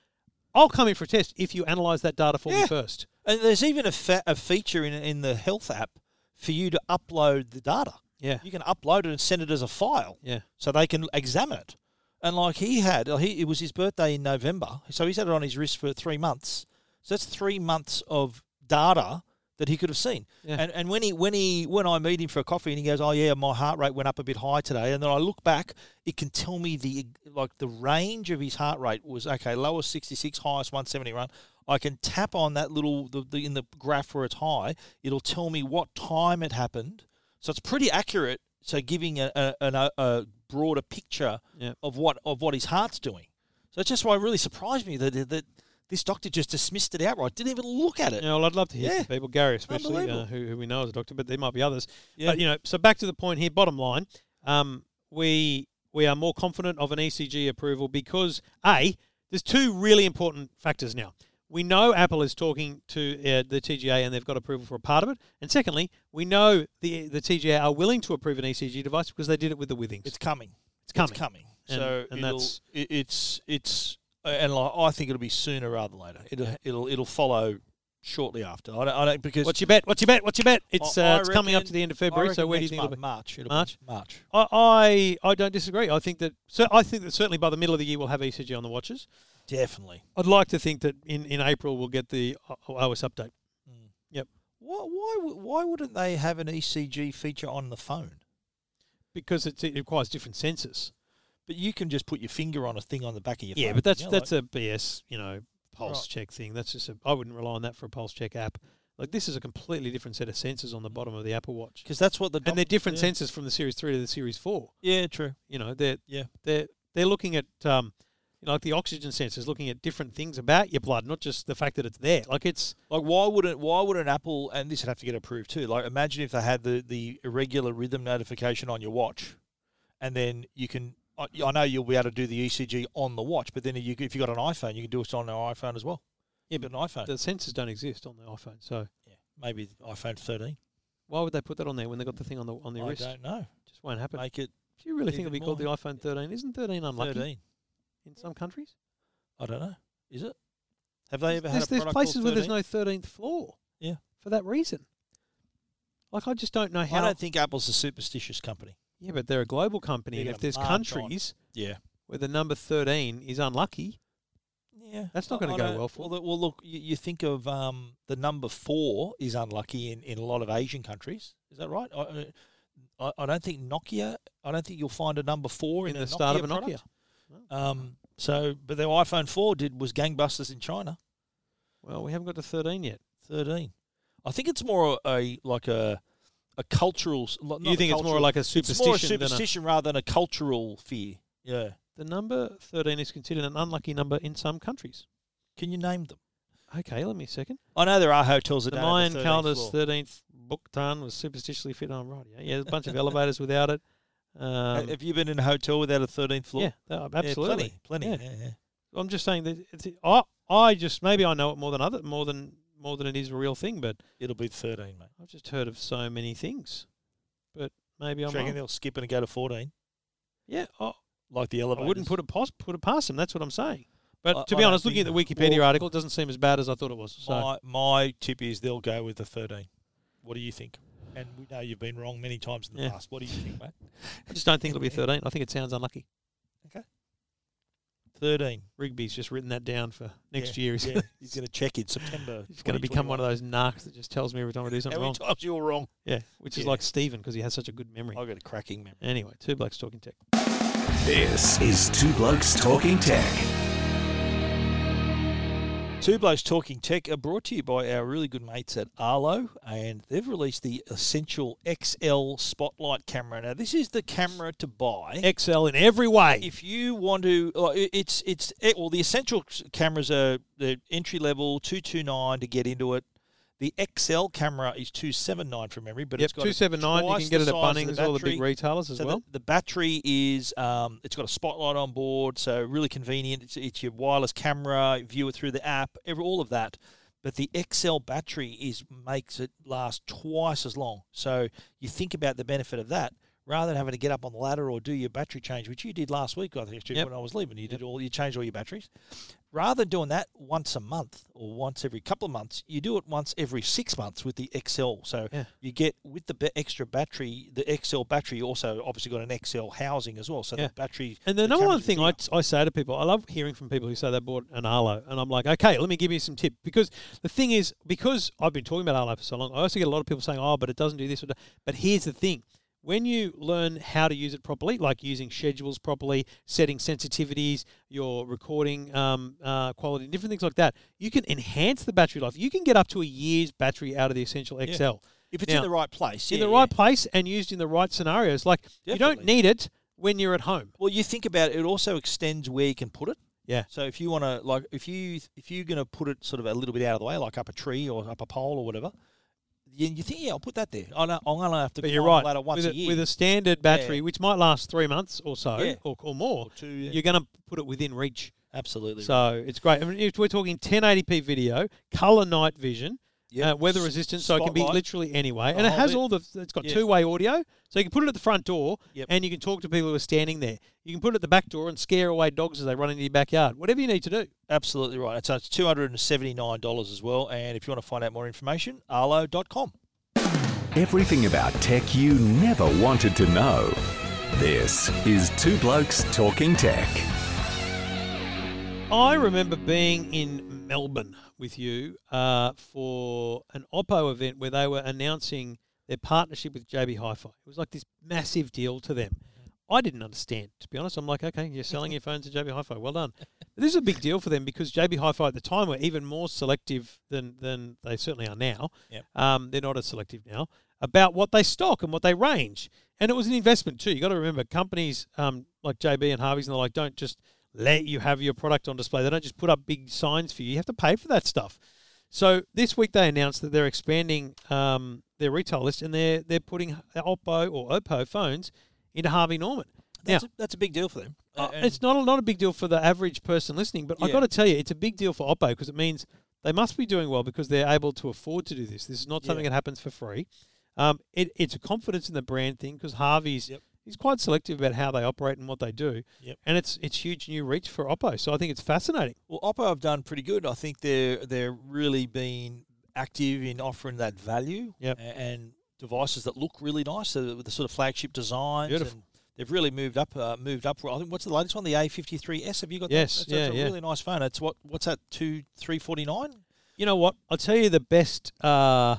A: "I'll come in for a test if you analyse that data for me
B: Yeah.
A: first.
B: and there's even a, fa- a feature in in the health app for you to upload the data.
A: Yeah,
B: You can upload it and send it as a file,
A: yeah,
B: so they can examine it. And like he had, he, it was his birthday in November, so he's had it on his wrist for three months. So that's three months of data that he could have seen.
A: Yeah.
B: And and when he when he when I meet him for a coffee and he goes, oh yeah, my heart rate went up a bit high today, and then I look back, it can tell me the like the range of his heart rate was okay, lowest sixty six, highest one seventy run. I can tap on that little the, the in the graph where it's high. It'll tell me what time it happened. So it's pretty accurate. So giving a a, an- a, a broader picture
A: Yeah.
B: of what of what his heart's doing. So that's just why it really surprised me that that this doctor just dismissed it outright. Didn't even look at it.
A: Yeah, well, I'd love to hear
B: Yeah.
A: from people, Gary especially,
B: Unbelievable.
A: uh, who, who we know as a doctor, but there might be others.
B: Yeah.
A: But you know, so back to the point here. Bottom line, um, we we are more confident of an ECG approval because a there's two really important factors now. We know Apple is talking to uh, the TGA and they've got approval for a part of it. And secondly, we know the the TGA are willing to approve an ECG device because they did it with the Withings.
B: It's coming.
A: It's coming.
B: It's coming.
A: And-
B: so
A: and
B: it'll-
A: that's-
B: it, it's it's and like, I think it'll be sooner rather than later. It'll it'll it'll follow shortly after. I don't, I don't because
A: What's your bet? What's your bet? What's your bet? It's
B: I- I
A: uh, it's coming up
B: reckon-
A: to the end of
B: I
A: February. So
B: reckon
A: where do you
B: next
A: think it'll be?
B: month, March? It'll
A: March?
B: Be March.
A: I, I I don't disagree. I think that so I think that certainly by the middle of the year we'll have ECG on the watches.
B: Definitely.
A: I'd like to think that in, in April we'll get the uh, O- OS update.
B: Why why would- why wouldn't they have an ECG feature on the phone?
A: because it's, it requires different sensors.
B: But you can just put your finger on a thing on the back of your
A: Yeah,
B: phone.
A: but that's
B: you know,
A: that's
B: like-
A: a BS, you know, pulse
B: Right.
A: check thing. That's just a, I wouldn't rely on that for a pulse check app. Like this is a completely different set of sensors on the bottom of the Apple Watch,
B: because that's what the doc-
A: and they're different
B: yeah.
A: sensors from the Series Three to the Series Four.
B: Yeah, true.
A: You know, they're
B: Yeah.
A: they're they're looking at um, you know, like the oxygen sensors, looking at different things about your blood, not just the fact that it's there. Like it's
B: Like why wouldn't why wouldn't Apple and this would have to get approved too? Like imagine if they had the the irregular rhythm notification on your watch, and then you can. I I know you'll be able to do the ECG on the watch, but then you, if you got an iPhone, you can do it on an iPhone as well.
A: Yeah,
B: but an iPhone,
A: the sensors don't exist on the iPhone, so
B: yeah, maybe the iPhone 13.
A: why would they put that on there when they got the thing on the on
B: I
A: their wrist?
B: don't know.
A: Just won't happen.
B: Make it
A: Do you really think it'll be
B: even
A: called the iPhone 13? Isn't 13 unlucky
B: 13.
A: in some countries?
B: I don't know. Is it? Have they ever
A: there's
B: had a
A: there's
B: product
A: places
B: called
A: where there's
B: 13?
A: no 13th floor.
B: Yeah.
A: For that reason. Like, I just don't know how.
B: I don't think Apple's a superstitious company.
A: yeah, but they're a global company.
B: They're
A: And
B: gonna
A: if there's
B: march on.
A: countries
B: Yeah.
A: where the number 13 is unlucky,
B: Yeah,
A: That's not
B: I-
A: gonna
B: I
A: go
B: don't-
A: well for
B: Well, well, look, you, you think of um, the number four is unlucky in, in a lot of Asian countries. Is that right? I, I, I don't think Nokia. I don't think you'll find a number four in,
A: In
B: a
A: the start of a Nokia. Oh.
B: product. Um, so, but their iPhone four did was gangbusters in China.
A: well, we haven't got to 13 yet.
B: 13. I think it's more a like a a cultural. s- lo- not
A: you
B: a
A: think it's more
B: cultural-
A: like a
B: it's more a
A: superstition,
B: superstition rather than a cultural fear. Yeah.
A: than a, the number 13 is considered an unlucky number in some countries.
B: Can you name them?
A: Okay, let me a second.
B: I know there are hotels that
A: The
B: don't have a
A: Mayan
B: 13th
A: calendar's
B: floor.
A: 13th Buktan was superstitiously fit on right. Yeah, yeah there's a bunch of elevators without it.
B: Ha-
A: Um,
B: Uh, have you been in a hotel without a 13th floor?
A: yeah, no, absolutely.
B: plenty,
A: Yeah.
B: plenty. Yeah. Yeah,
A: I'm just saying that it's, I I just maybe I know it more than other more than more than it is a real thing, but
B: It'll be 13, mate.
A: I've just heard of so many things. But maybe
B: Do
A: I'm
B: you reckon
A: wrong.
B: they'll skip it and go to 14,
A: yeah. I,
B: like the
A: I
B: elevator.
A: wouldn't put it pos- put it past them. That's what I'm saying. But
B: I-
A: to
B: I
A: be
B: don't
A: honest, looking at the
B: think-
A: Wikipedia
B: well-
A: article, it doesn't seem as bad as I thought it was. So
B: My, my tip is they'll go with the 13. What do you think? And we know you've been wrong many times in the
A: Yeah.
B: past. What do you think, mate?
A: I just don't think it'll be 13. I think it sounds unlucky.
B: 13.
A: Rigby's just written that down for next
B: Yeah,
A: year. He's,
B: yeah. He's going to check it September.
A: he's going to become one of those narcs that just tells me every time I do
B: How
A: something
B: many
A: wrong.
B: times you were wrong?
A: Yeah, which is
B: Yeah. Oh.
A: like Stephen because he has such a good memory.
B: I've got a cracking memory.
A: Anyway, two blokes talking tech.
C: This is Two Blokes Talking Tech.
B: Two Blokes Talking Tech are brought to you by our really good mates at Arlo, and they've released the Essential XL Spotlight camera. Now, this is the camera to buy.
A: Excel in every way.
B: if you want to, uh, it- it's it's it, well, the essential s- cameras are the entry level two two nine to get into it. The XL camera is two seven nine from memory, but
A: yep,
B: it's got a
A: two seven nine. You
B: twice
A: can get
B: the
A: it at
B: size of
A: Bunnings, all the big
B: battery.
A: retailers as
B: So
A: well.
B: the, the battery is um, it's got a spotlight on board, so really convenient. It's, it's your wireless camera, view it through the app, every, all of that. But the XL battery is makes it last twice as long. So you think about the benefit of that rather than having to get up on the ladder or do your battery change, which you did last week, I think, Stu,
A: Yep.
B: when I was leaving. You did all you changed all your batteries. rather than doing that once a month or once every couple of months, you do it once every six months with the XL. So
A: Yeah.
B: you get with the ba- extra battery, the XL battery also obviously got an XL housing as well. So
A: Yeah.
B: the battery
A: And the, number
B: cameras
A: one
B: are
A: thing I,
B: bigger.
A: I say to people, I love hearing from people who say they bought an Arlo, and I'm like, okay, let me give you some tip because the thing is, because I've been talking about Arlo for so long, I also get a lot of people saying, oh, but it doesn't do this or that. But here's the thing: when you learn how to use it properly, like using schedules properly, setting sensitivities, your recording um, uh, quality, different things like that, you can enhance the battery life. You can get up to a year's battery out of the Essential XL
B: if it's
A: Now,
B: in the right place,
A: in
B: yeah,
A: the
B: yeah.
A: right place and used in the right scenarios. Like you don't
B: Definitely.
A: need it when you're at home.
B: Well, you think about it, it also extends where you can put it.
A: Yeah.
B: So if you want to, like, if you if you're going to put it sort of a little bit out of the way, like up a tree or up a pole or whatever, you, you think, yeah, I'll put that there. I know, I'm going to have to
A: But
B: climb
A: you're
B: the
A: right.
B: ladder once
A: with,
B: a year.
A: with a standard battery,
B: Yeah.
A: which might last three months or so
B: Yeah.
A: or, or more,
B: Or two, yeah.
A: you're going to put it within reach.
B: Absolutely.
A: So it's great. I mean, if we're talking 1080p video, color night vision,
B: Yep.
A: uh, weather resistant, so it can be
B: Spotlight.
A: literally anyway,
B: The
A: and it
B: whole
A: has
B: bit.
A: all the. It's got
B: Yeah.
A: two way audio, so you can put it at the front door,
B: Yep.
A: and you can talk to people who are standing there. You can put it at the back door and scare away dogs as they run into your backyard. Whatever you need to do.
B: Absolutely right. So it's two hundred and seventy nine dollars as well. And if you want to find out more information, arlo.com.
C: Everything about tech you never wanted to know. This is Two Blokes Talking Tech.
A: I remember being in Melbourne with you uh, for an Oppo event where they were announcing their partnership with JB Hi-Fi. It was like this massive deal to them. I didn't understand, to be honest. I'm like, okay, you're selling your phones to JB Hi-Fi. Well done. But this is a big deal for them because JB Hi-Fi at the time were even more selective than than they certainly are now.
B: Yep.
A: Um, they're not as selective now about what they stock and what they range. And it was an investment too. You got to remember, companies um, like JB and Harvey's and the like don't just let you have your product on display. They don't just put up big signs for you. You have to pay for that stuff. So this week they announced that they're expanding um, their retail list and they're they're putting Oppo or Oppo phones into Harvey Norman.
B: That's, a, that's a big deal for them.
A: Uh,
B: And-
A: it's not a, not a big deal for the average person listening, but i
B: Yeah.
A: got to tell you, it's a big deal for Oppo because it means they must be doing well because they're able to afford to do this. This is not something that happens for free. Um, it, it's a confidence in the brand thing because Harvey's
B: Yep.
A: he's quite selective about how they operate and what they do,
B: Yep.
A: and it's it's huge new reach for Oppo. So I think it's fascinating.
B: Well, Oppo have done pretty good. I think they're they're really been active in offering that value
A: Yep.
B: a- and devices that look really nice. So the, the sort of flagship designs.
A: Beautiful.
B: And they've really moved up. Uh, moved up. I think what's the latest one? The A53s. Have you got? That?
A: Yes,
B: That's,
A: yeah,
B: that's a
A: yeah.
B: really nice phone. It's what? What's that? Two three forty nine.
A: You know what? I'll tell you the best, uh,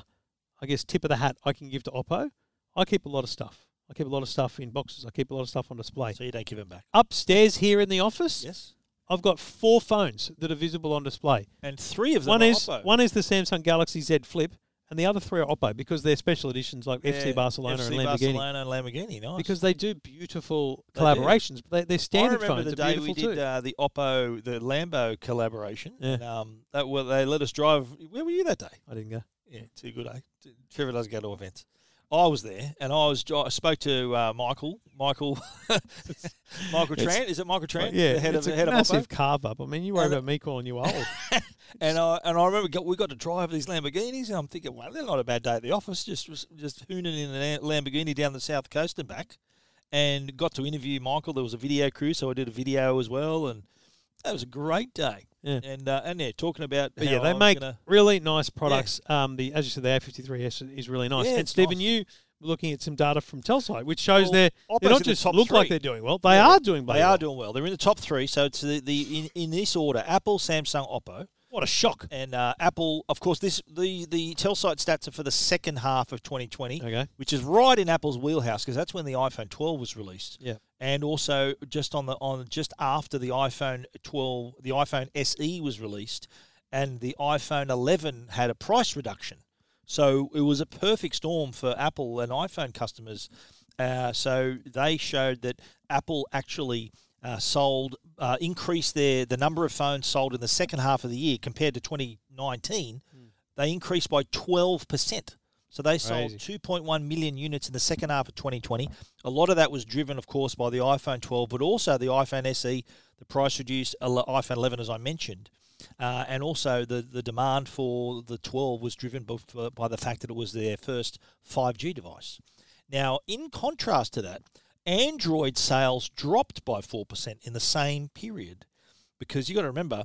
A: I guess, tip of the hat I can give to Oppo. I keep a lot of stuff. I keep a lot of stuff in boxes. I keep a lot of stuff on display.
B: So you don't give them back.
A: Upstairs here in the office,
B: Yes.
A: I've got four phones that are visible on display.
B: And three of them.
A: One
B: are
A: is
B: Oppo.
A: one is the Samsung Galaxy Z Flip, and the other three are Oppo because they're special editions like
B: Yeah,
A: FC Barcelona
B: FC
A: and Lamborghini.
B: Barcelona and Lamborghini. Nice.
A: Because they do beautiful
B: They do.
A: collaborations, but they, their standard
B: I remember
A: phones
B: the
A: are
B: day we
A: beautiful
B: did
A: too.
B: uh, the Oppo, the Lambo collaboration.
A: Yeah.
B: And, um, that, well, they let us drive. Where were you that day?
A: I didn't go.
B: Yeah, too good, eh? T- Trevor does go to events. I was there, and I was I spoke to uh, Michael, Michael, Michael
A: It's-
B: Trant. Is it Michael Trant?
A: yeah,
B: the head
A: it's
B: of
A: a
B: head of
A: massive
B: Oppo?
A: carve up. I mean, you worry
B: And-
A: about me calling you old.
B: And I and I remember got, we got to drive these Lamborghinis, and I'm thinking, well, they're not a bad day at the office. Just was just hooning in a Lamborghini down the south coast and back, and got to interview Michael. There was a video crew, so I did a video as well, and that was a great day.
A: Yeah.
B: And uh, and yeah, talking about
A: But
B: how
A: yeah,
B: I
A: they
B: was
A: make
B: gonna-
A: really nice products. Um, the as you said, the A53s is really nice.
B: Yeah,
A: and
B: it's
A: Stephen,
B: nice.
A: you were looking at some data from Telstra, which shows
B: Well,
A: they're,
B: Oppo's
A: they
B: in
A: not
B: the
A: just
B: top
A: look like
B: three.
A: they're doing well; they
B: Yeah.
A: are doing. bloody
B: They
A: well.
B: are doing well. They're in the top three, so it's the, the in, in this order: Apple, Samsung, Oppo,
A: What a shock!
B: and uh, Apple. Of course, this the the Telsite stats are for the second half of 2020,
A: Okay.
B: which is right in Apple's wheelhouse because that's when the iPhone 12 was released,
A: Yeah.
B: and also just on the on just after the iPhone 12, the iPhone SE was released, and the iPhone 11 had a price reduction. So it was a perfect storm for Apple and iPhone customers. Uh, so they showed that Apple actually uh, sold, uh, increased their the number of phones sold in the second half of the year compared to 2019. They increased by 12 percent. So they sold
A: Crazy.
B: 2.1 million units in the second half of 2020. A lot of that was driven, of course, by the iPhone 12, but also the iPhone SE, the price reduced ele- iPhone 11, as I mentioned. Uh, and also, the, the demand for the 12 was driven uh, by, by the fact that it was their first 5G device. Now, in contrast to that, Android sales dropped by 4% in the same period because you got to remember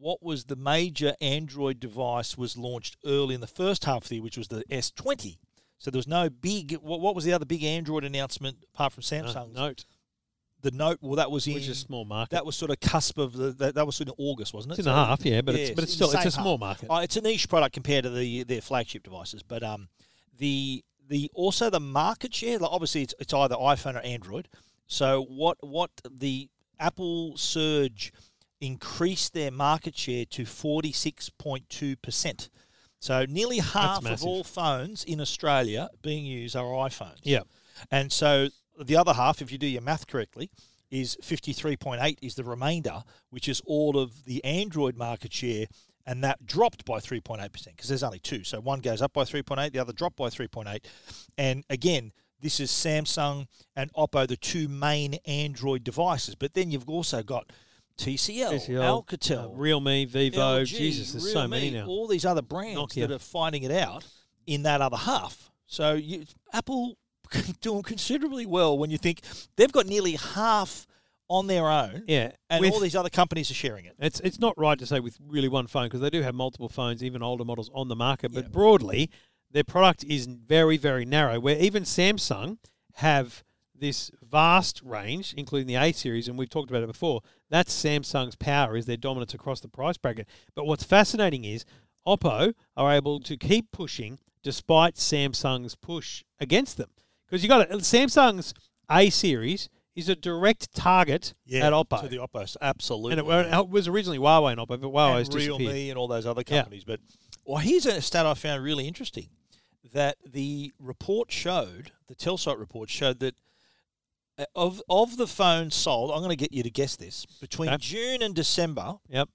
B: what was the major Android device was launched early in the first half of the year, which was the S20. So there was no big. What, what was the other big Android announcement apart from Samsung?
A: Uh, Note,
B: The Note. Well, that was in.
A: which is a small market.
B: that was sort of cusp of the. That, that was sort of August, wasn't it?
A: it's in a half, yeah, but it's
B: Yes,
A: but it's
B: in the
A: still it's a
B: same
A: small
B: half.
A: market.
B: Oh, it's a niche product compared to the their flagship devices, but um, the the also the market share. Like obviously, it's, it's either iPhone or Android. So what what the Apple surge increased their market share to forty six point two percent. So nearly half of
A: massive.
B: all phones in Australia being used are iPhones.
A: Yeah,
B: And so the other half, if you do your math correctly, is 53.8 is the remainder, which is all of the Android market share. And that dropped by 3.8% because there's only two. So one goes up by 3.8, the other dropped by 3.8. And again, this is Samsung and Oppo, the two main Android devices. But then you've also got TCL,
A: TCL,
B: Alcatel,
A: uh, Realme, Vivo,
B: LG,
A: Jesus, there's so many
B: Realme,
A: now.
B: All these other brands
A: Nokia.
B: that are finding it out in that other half. So you, Apple doing considerably well when you think they've got nearly half on their own,
A: Yeah,
B: and
A: with-
B: all these other companies are sharing it.
A: It's it's not right to say with really one phone because they do have multiple phones, even older models on the market. But broadly, their product is very very narrow. Where even Samsung have this vast range, including the A series, and we've talked about it before. That's Samsung's power is their dominance across the price bracket. But what's fascinating is Oppo are able to keep pushing despite Samsung's push against them because you got it. Samsung's A series is a direct target at Oppo.
B: to the Oppo, absolutely,
A: And it, well, it was originally Huawei and Oppo, but Huawei's
B: and Real
A: disappeared.
B: Me and all those other
A: Yeah.
B: companies. But well, here's a stat I found really interesting that the report showed, the Telsite report showed that uh, of of the phones sold, I'm going to get you to guess this between
A: Okay.
B: June and December.
A: Yep.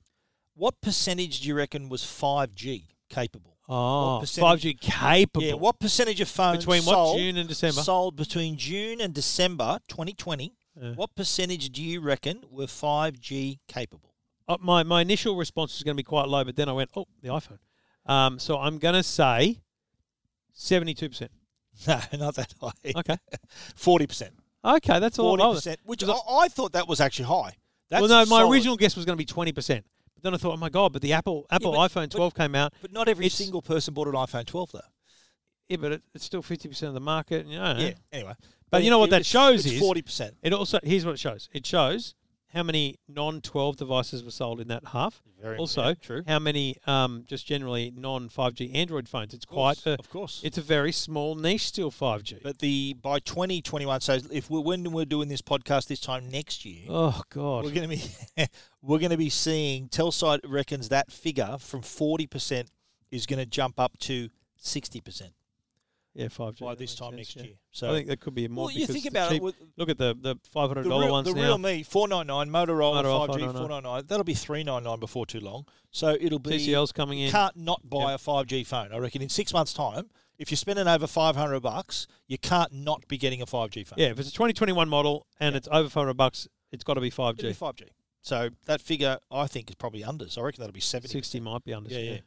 B: What percentage do you reckon was 5G capable?
A: Oh,
B: percentage-
A: 5G capable.
B: Yeah, what percentage of phones
A: Between what,
B: sold,
A: June and December?
B: sold between June and December 2020?
A: Yeah.
B: What percentage do you reckon were 5G capable?
A: Uh, my, my initial response was going to be quite low, but then I went, oh, the iPhone. Um, so I'm going to say 72%.
B: No, not that high.
A: Okay.
B: 40%.
A: Okay, that's all
B: Forty
A: I
B: percent, which I, I thought that was actually high. That's
A: Well, no, my
B: solid.
A: original guess was going to be 20%. But then I thought, oh my God, but the Apple Apple
B: but-
A: iPhone
B: but-
A: 12 came out.
B: But not every
A: It's-
B: single person bought an iPhone 12, though.
A: Yeah, but it, it's still 50% of the market. You know.
B: Yeah. Anyway,
A: But you know what that shows is-
B: forty percent.
A: It also, here's what it shows it shows how many non 12 devices were sold in that half.
B: Very
A: also
B: yeah, true.
A: how many um, just generally non 5G Android phones. It's quite uh, a,
B: of course.
A: it's a very small niche still 5G.
B: but the by twenty twenty one. So if we're when we're doing this podcast this time next year,
A: oh god.
B: we're going to be we're going to be seeing Telside reckons that figure from forty percent is going to jump up to sixty percent
A: yeah, 5G.
B: by
A: that
B: this
A: makes
B: time
A: sense,
B: next
A: yeah.
B: year. So
A: I think that could be more
B: well, you
A: because
B: think
A: the
B: about
A: cheap-
B: it. with-
A: look at the the $500
B: the real,
A: ones
B: the
A: now.
B: real me, four nine nine Motorola,
A: Motorola,
B: 5G,
A: 499.
B: four nine nine. That'll be three nine nine before too long. So it'll be
A: TCL's coming
B: you
A: in.
B: Can't not buy
A: Yep.
B: a five G phone. I reckon in six months' time, if you're spending over five hundred bucks, you can't not be getting a five G phone.
A: Yeah, if it's a 2021 model and it's over 500 bucks, it's got to be
B: it'll be
A: 5G.
B: five G. So that figure I think is probably under. So I reckon that'll be seventy.
A: 60 might be under.
B: Yeah,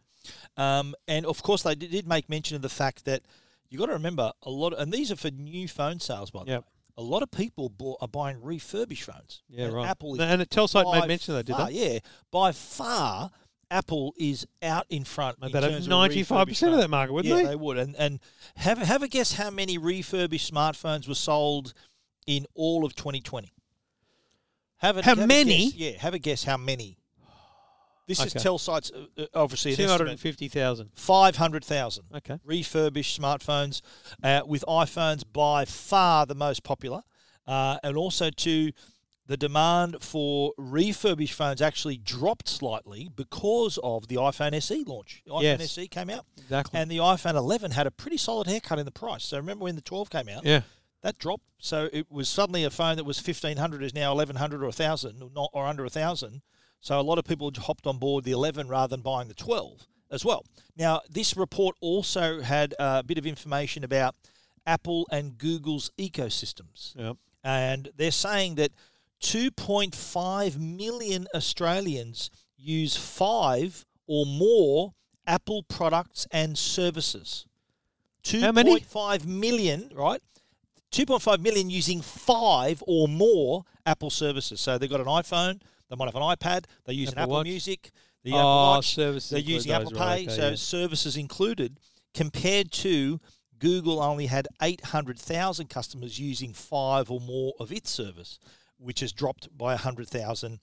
B: yeah. Um, and of course they did- did make mention of the fact that you got to remember a lot, and these are for new phone sales, by the
A: Yep.
B: way. A lot of people bought, are buying refurbished phones.
A: Yeah,
B: and
A: right.
B: Apple is
A: and it Telsite
B: by
A: made mention of that, did
B: far,
A: they?
B: Yeah, by far, Apple is out in front.
A: Mate,
B: in
A: they'd have
B: terms
A: 95% of
B: refurbished
A: that market,
B: phones.
A: wouldn't
B: yeah,
A: they?
B: they? would. And and have have a guess how many refurbished smartphones were sold in all of 2020. Have a,
A: How
B: have a
A: many?
B: guess. yeah, have a guess how many. This
A: Okay.
B: is Telsite's uh, uh, obviously an estimate.
A: 250,000.
B: Five hundred thousand
A: Okay.
B: refurbished smartphones, uh, with iPhones by far the most popular, uh, and also to the demand for refurbished phones actually dropped slightly because of the iPhone SE launch. The iPhone
A: Yes.
B: SE came out,
A: Exactly.
B: and the iPhone 11 had a pretty solid haircut in the price. So remember when the 12 came out,
A: yeah.
B: that dropped. So it was suddenly a phone that was 1500 is now 1100 or 1000 or not or under 1000. So a lot of people hopped on board the 11 rather than buying the 12 as well. Now, this report also had a bit of information about Apple and Google's ecosystems.
A: Yeah.
B: And they're saying that 2.5 million Australians use five or more Apple products and services.
A: How many?
B: 2.5 million, right? 2.5 million using five or more Apple services. So they've got an iPhone, they might have an iPad, they use an
A: Apple
B: Apple
A: Watch.
B: Music, The
A: oh,
B: Apple Watch,
A: services.
B: they're
A: include
B: using
A: those,
B: Apple Pay,
A: right, okay,
B: so
A: yeah.
B: services included, compared to Google only had 800,000 customers using five or more of its service, which has dropped by 100,000.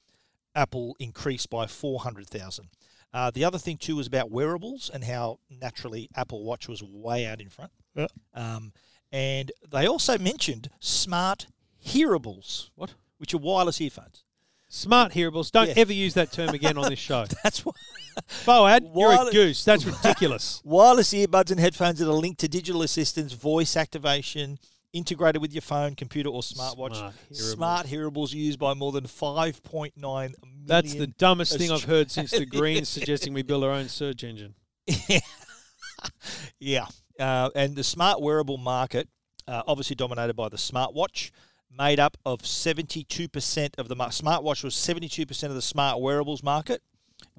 B: Apple increased by 400,000. Uh, the other thing, too, was about wearables and how naturally Apple Watch was way out in front.
A: Yeah.
B: Um, and they also mentioned smart hearables,
A: What?
B: which are wireless earphones.
A: Smart hearables. Don't
B: Yeah.
A: ever use that term again on this show.
B: That's what.
A: Boad, you're a
B: Wireless-
A: goose. That's ridiculous.
B: Wireless earbuds and headphones that are linked to digital assistants, voice activation, integrated with your phone, computer, or smartwatch.
A: Smart
B: Smart
A: hearables.
B: hearables, used by more than 5.9 million.
A: That's the dumbest thing I've
B: Austra-
A: heard since the Greens suggesting we build our own search engine.
B: yeah. Uh, and the smart wearable market, uh, obviously dominated by the smartwatch, made up of 72% of the mar- smartwatch was 72% of the smart wearables market,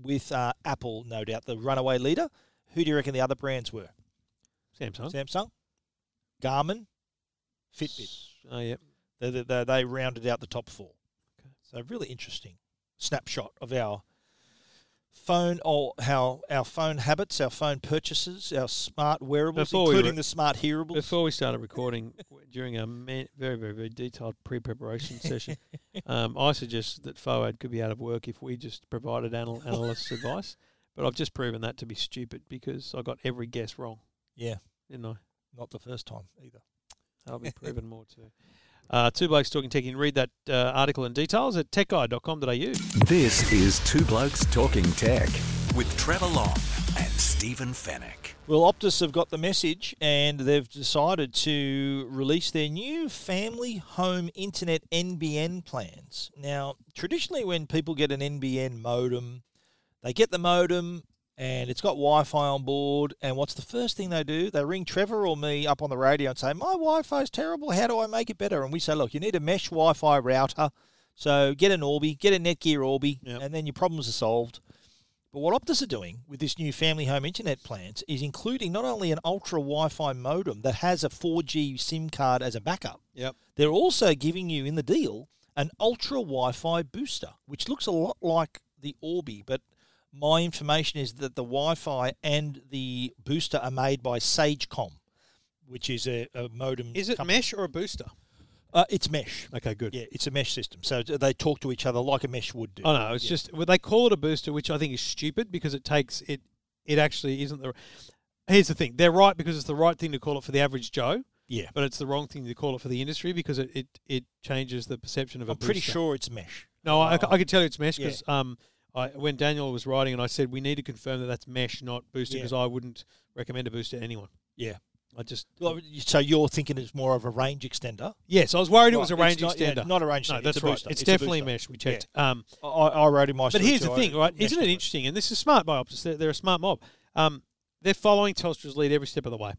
B: with uh, Apple, no doubt, the runaway leader. Who do you reckon the other brands were?
A: Samsung.
B: Samsung, Garmin, Fitbit.
A: Oh, yeah.
B: They, they- they, they rounded out the top four. So really interesting snapshot of our phone or how our phone habits, our phone purchases, our smart wearables,
A: Before we
B: including
A: re-
B: the smart hearables.
A: Before we started recording, during a man, very, very, very detailed pre-preparation session, um, I suggested that Foad could be out of work if we just provided anal- analysts advice. But I've just proven that to be stupid because I got every guess wrong,
B: yeah,
A: didn't I?
B: not the first time either.
A: I'll be proven more too. Uh, two blokes talking tech. You can read that uh, article in details at techguide.com.au.
C: This is Two Blokes Talking Tech with Trevor Long and Stephen Fennec.
B: Well, Optus have got the message and they've decided to release their new family home internet NBN plans. Now, traditionally, when people get an NBN modem, they get the modem and it's got Wi Fi on board. And what's the first thing they do? They ring Trevor or me up on the radio and say, My Wi Fi is terrible. How do I make it better? And we say, Look, you need a mesh Wi Fi router. So get an Orbi, get a Netgear Orbi,
A: Yep.
B: and then your problems are solved. But what Optus are doing with this new family home internet plans is including not only an ultra Wi Fi modem that has a 4G SIM card as a backup,
A: Yep.
B: they're also giving you in the deal an ultra Wi Fi booster, which looks a lot like the Orbi. But my information is that the Wi Fi and the booster are made by Sagecom, which is a, a modem.
A: Is it
B: company.
A: mesh or a booster?
B: Uh, it's mesh.
A: Okay, good.
B: Yeah, it's a mesh system. So they talk to each other like a mesh would do.
A: Oh no, it's just well, they call it a booster, which I think is stupid because it takes it. It actually isn't the. Here's the thing: they're right because it's the right thing to call it for the average Joe,
B: Yeah.
A: but it's the wrong thing to call it for the industry because it it, it changes the perception of a
B: I'm pretty
A: booster.
B: sure it's mesh.
A: No, I, I can tell you it's mesh
B: Yeah.
A: because um, I, when Daniel was writing and I said we need to confirm that that's mesh, not booster,
B: Yeah.
A: because I wouldn't recommend a booster to anyone.
B: Yeah.
A: I just
B: Well, So you're thinking it's more of a range extender?
A: yes, I was worried it
B: Right,
A: was a
B: it's
A: range
B: not- yeah,
A: extender.
B: not a range
A: No,
B: extender,
A: that's
B: it's a
A: right.
B: booster,
A: It's,
B: it's a
A: definitely
B: booster.
A: mesh. We
B: Yeah.
A: checked. Um,
B: I, I wrote in my.
A: But
B: story
A: here's
B: too,
A: the
B: I-
A: thing, right?
B: mesh
A: Isn't it
B: network.
A: interesting? And this is smart by Optus. They're, they're a smart mob. Um, they're following Telstra's lead every step of the way.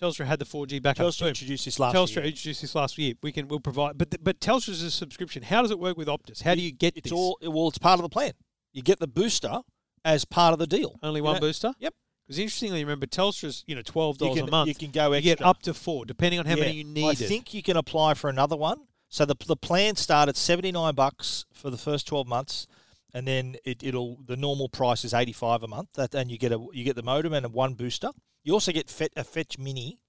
A: Telstra had the 4G backup.
B: Telstra
A: Boom.
B: introduced this last
A: Telstra
B: year.
A: introduced this last year. We can we'll provide, but th- but Telstra's a subscription. How does it work with Optus? How do you get
B: It's
A: this?
B: all well. It's part of the plan. You get the booster as part of the deal.
A: Only
B: You
A: one
B: know,
A: booster.
B: Yep.
A: Because interestingly, remember Telstra's you know twelve
B: You
A: dollars
B: can,
A: a month.
B: you can go
A: You
B: extra.
A: get up to four, depending on how
B: Yeah.
A: many you need.
B: I think you can apply for another one. So the the plan start at seventy nine bucks for the first twelve months, and then it, it'll the normal price is eighty five a month. That and you get a you get the modem and a one booster. You also get fet, a fetch mini,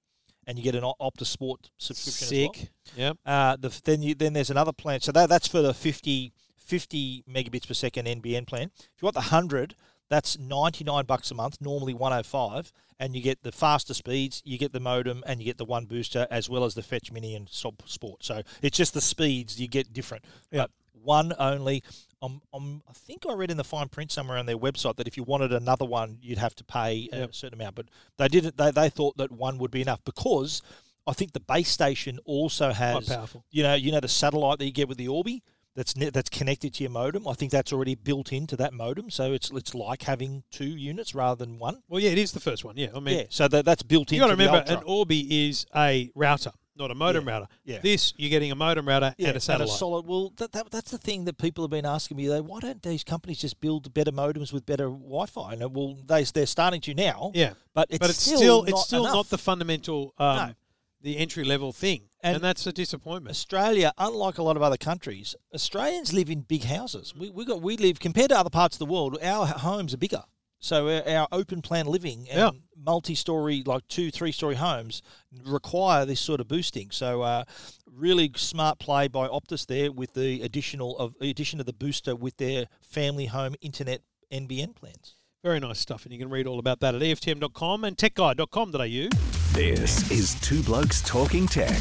B: and you get an O- Optus Sport subscription. As well.
A: Sick. Yep.
B: Uh, the, then you, then there's another plan. So that, that's for the 50, 50 megabits per second NBN plan. If you want the 100, that's 99 bucks a month, normally 105, and you get the faster speeds, you get the modem, and you get the one booster as well as the Fetch Mini and Sub Sport. So it's just the speeds you get different.
A: Yep.
B: But one only. Um, um, I think I read in the fine print somewhere on their website that if you wanted another one, you'd have to pay a
A: Yep.
B: certain amount. But they didn't. They, they thought that one would be enough because I think the base station also has
A: powerful.
B: you know, you know the satellite that you get with the Orbi that's ne- that's connected to your modem. I think that's already built into that modem, so it's it's like having two units rather than one.
A: Well, yeah, it is the first one. Yeah. I mean,
B: yeah, so that, that's built
A: you
B: into
A: got to
B: the
A: remember,
B: Ultra.
A: an Orbi is a router, not a modem
B: Yeah.
A: router.
B: Yeah.
A: This you're getting a modem router
B: Yeah,
A: and a satellite.
B: solid. Well, that, that, that's the thing that people have been asking me. They why don't these companies just build better modems with better Wi-Fi? And uh, well, they they're starting to now.
A: Yeah,
B: but it's
A: but it's still,
B: still
A: it's
B: not
A: still
B: enough.
A: not the fundamental um, the entry level thing,
B: And-
A: and, that's a disappointment.
B: Australia, unlike a lot of other countries, Australians live in big houses. We, we got we live compared to other parts of the world. Our h- homes are bigger, so our, our open plan living and
A: Yeah.
B: multi-story, like two, three-story homes, require this sort of boosting. So, uh, really smart play by Optus there with the additional of addition of the booster with their family home internet NBN plans.
A: Very nice stuff, and you can read all about that at E EFTM.com and techguide.com.au.
C: This is Two Blokes Talking Tech.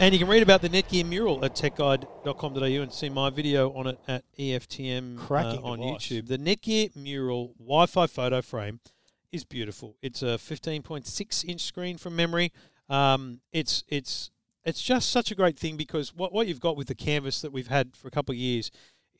A: And you can read about the Netgear mural at techguide.com.au and see my video on it at EFTM uh,
B: Cracking
A: on
B: device.
A: YouTube. The Netgear mural Wi Fi photo frame is beautiful. It's a 15.6 inch screen from memory. Um, it's, it's, it's just such a great thing because what, what you've got with the canvas that we've had for a couple of years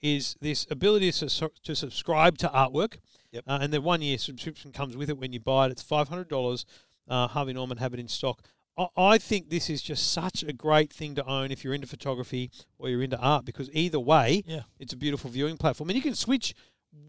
A: is this ability to, su- to subscribe to artwork.
B: Yep.
A: Uh, and the one year subscription comes with it when you buy it. It's $500. Uh, Harvey Norman have it in stock. I- I think this is just such a great thing to own if you're into photography or you're into art because either way,
B: Yeah.
A: it's a beautiful viewing platform. And you can switch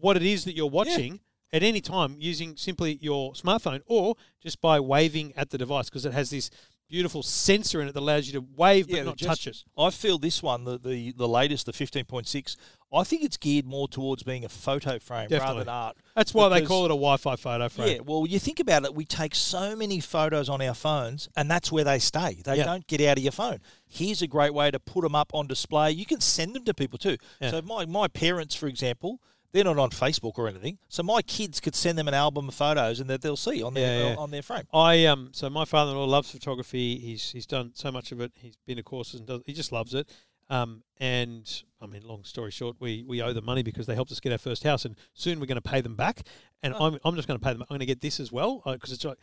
A: what it is that you're watching at any time using simply your smartphone or just by waving at the device because it has this beautiful sensor in it that allows you to wave but not touch it.
B: I feel this one, the, the, the latest, the 15.6, I think it's geared more towards being a photo frame rather
A: Definitely.
B: than art.
A: That's why they
B: because-
A: call it a Wi Fi photo frame.
B: Yeah, well, you think about it, we take so many photos on our phones, and that's where they stay. They
A: Yeah.
B: don't get out of your phone. Here's a great way to put them up on display. You can send them to people too.
A: Yeah.
B: So, my, my parents, for example, they're not on Facebook or anything. So, my kids could send them an album of photos and that they'll see on their,
A: Yeah, yeah.
B: on their frame.
A: I um so my father-in-law loves photography. He's he's done so much of it. He's been to courses and does, he just loves it. Um and I mean, long story short, we we owe them money because they helped us get our first house, and soon we're going to pay them back. And I'm I'm just going to pay them. I'm going to get this as well because it's like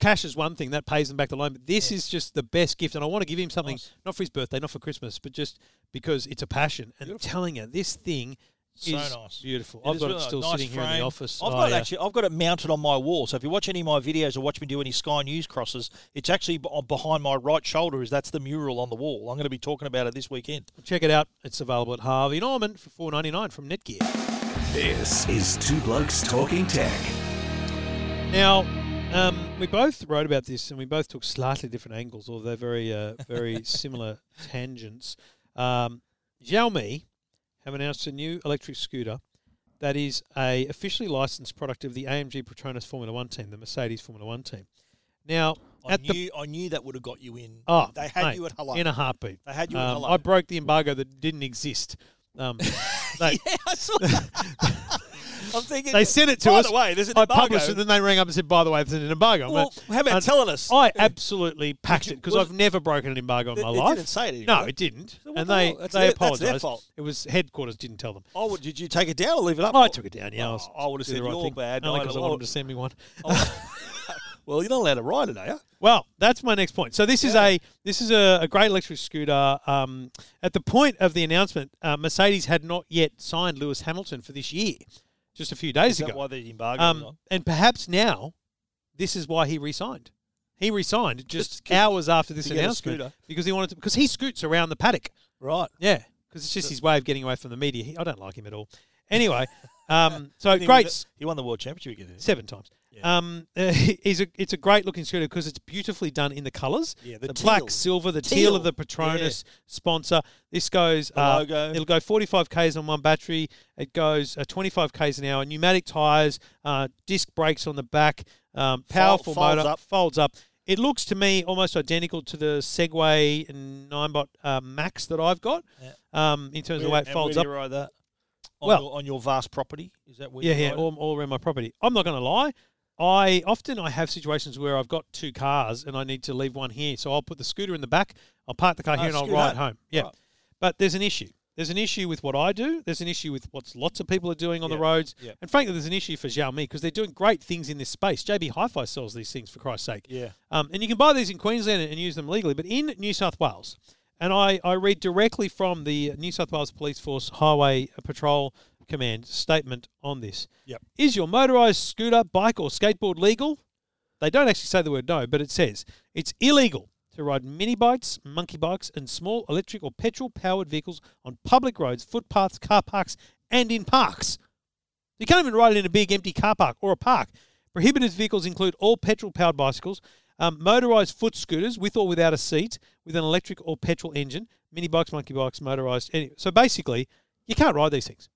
A: cash is one thing that pays them back the loan, but this is just the best gift. And I want to give him something
B: Nice.
A: not for his birthday, not for Christmas, but just because it's a passion. And telling you this thing
B: So
A: is
B: nice.
A: beautiful.
B: It
A: I've
B: is
A: got
B: really
A: it
B: nice.
A: still
B: Nice
A: sitting here in
B: frame.
A: the office.
B: I've
A: Oh,
B: got it
A: yeah.
B: actually, I've got it mounted on my wall. So if you watch any of my videos or watch me do any Sky News crosses, it's actually b- behind my right shoulder. Is that's the mural on the wall? I'm going to be talking about it this weekend.
A: Check it out. It's available at Harvey Norman for four ninety nine from Netgear.
C: This is Two Blokes Talking Tech.
A: Now, um, we both wrote about this, and we both took slightly different angles, although very, uh, very similar tangents. Um, Xiaomi have announced a new electric scooter that is a officially licensed product of the AMG Petronas Formula One team, the Mercedes Formula One team. Now,
B: I
A: at the
B: knew, I knew that would have got you in.
A: oh,
B: they had
A: mate,
B: you at hello.
A: in a heartbeat.
B: they had you at
A: Um,
B: hello.
A: I broke the embargo that didn't exist. Um, they,
B: yeah, I saw that. I'm thinking.
A: they sent it to
B: By
A: us.
B: the way, there's an
A: I
B: embargo.
A: published it, then they rang up and said, "By the way, there's an embargo." I'm
B: Well,
A: like,
B: how about
A: and-
B: telling us?
A: I absolutely packed
B: you-
A: it because
B: was
A: I've never broken an embargo in
B: It-
A: my
B: it
A: life.
B: didn't say it
A: No,
B: anywhere.
A: it didn't.
B: So what
A: and
B: the
A: they
B: hell? That's
A: they
B: their- that's their
A: apologised.
B: fault.
A: It was headquarters didn't tell them.
B: oh, did you take it down or leave it up?
A: I took it down. Yeah, I,
B: Oh,
A: was,
B: I would've
A: did the
B: said,
A: right
B: "You're
A: thing.
B: bad."
A: Only
B: No, I-
A: because I,
B: I
A: wanted
B: would-
A: to send me one.
B: Well, you're not allowed to ride it, are you?
A: Well, that's my next point. So this is a this is a, a great electric scooter. Um, at the point of the announcement, uh, Mercedes had not yet signed Lewis Hamilton for this year, just a few days
B: Is that
A: ago.
B: why the embargo was
A: Um,
B: on?
A: and perhaps now, this is why he resigned. He resigned
B: Just
A: just
B: to-
A: hours after this
B: to get a
A: announcement
B: scooter.
A: because he wanted to because he scoots around the paddock.
B: Right.
A: Yeah, because it's just his way of getting away from the media. He, I don't like him at all. Anyway, um, so
B: He won
A: great
B: the- He won the world championship again.
A: seven times.
B: Yeah.
A: Um, uh, he's a, it's a great looking scooter because it's beautifully done in the colours.
B: Yeah, the teal.
A: black, silver, the teal,
B: Teal.
A: of the Patronus sponsor. This goes
B: The
A: uh,
B: logo.
A: It'll go 45 k's on one battery. It goes uh, 25 k's an hour. Pneumatic tires, uh, disc brakes on the back. Um, powerful
B: folds
A: motor
B: up.
A: folds up. It looks to me almost identical to the Segway and Ninebot uh, Max that I've got.
B: Yeah.
A: Um, in terms
B: Where-
A: of the way it
B: and
A: folds
B: where
A: up.
B: do you ride that? On
A: Well-
B: your, on your vast property, is that where?
A: yeah,
B: you
A: yeah,
B: ride it?
A: all, all around my property. I'm not going to lie. I often I have situations where I've got two cars and I need to leave one here, so I'll put the scooter in the back. I'll park the car
B: Ah,
A: here and I'll
B: scoot
A: ride
B: home.
A: home. Yeah,
B: Right.
A: but there's an issue. There's an issue with what I do. There's an issue with what lots of people are doing on
B: Yeah,
A: the roads,
B: yeah.
A: and frankly, there's an issue for Xiaomi because they're doing great things in this space. JB Hi-Fi sells these things for Christ's sake.
B: Yeah.
A: Um, and you can buy these in Queensland and use them legally, but in New South Wales, and I, I read directly from the New South Wales Police Force Highway Patrol Command statement on this.
B: Yep.
A: Is your motorised scooter, bike, or skateboard legal? They don't actually say the word no, but it says it's illegal to ride mini bikes, monkey bikes, and small electric or petrol powered vehicles on public roads, footpaths, car parks, and in parks. You can't even ride it in a big empty car park or a park. Prohibited vehicles include all petrol powered bicycles, uh, Um, motorized foot scooters with or without a seat, with an electric or petrol engine, mini bikes, monkey bikes, motorized. Any, so basically, you can't ride these things.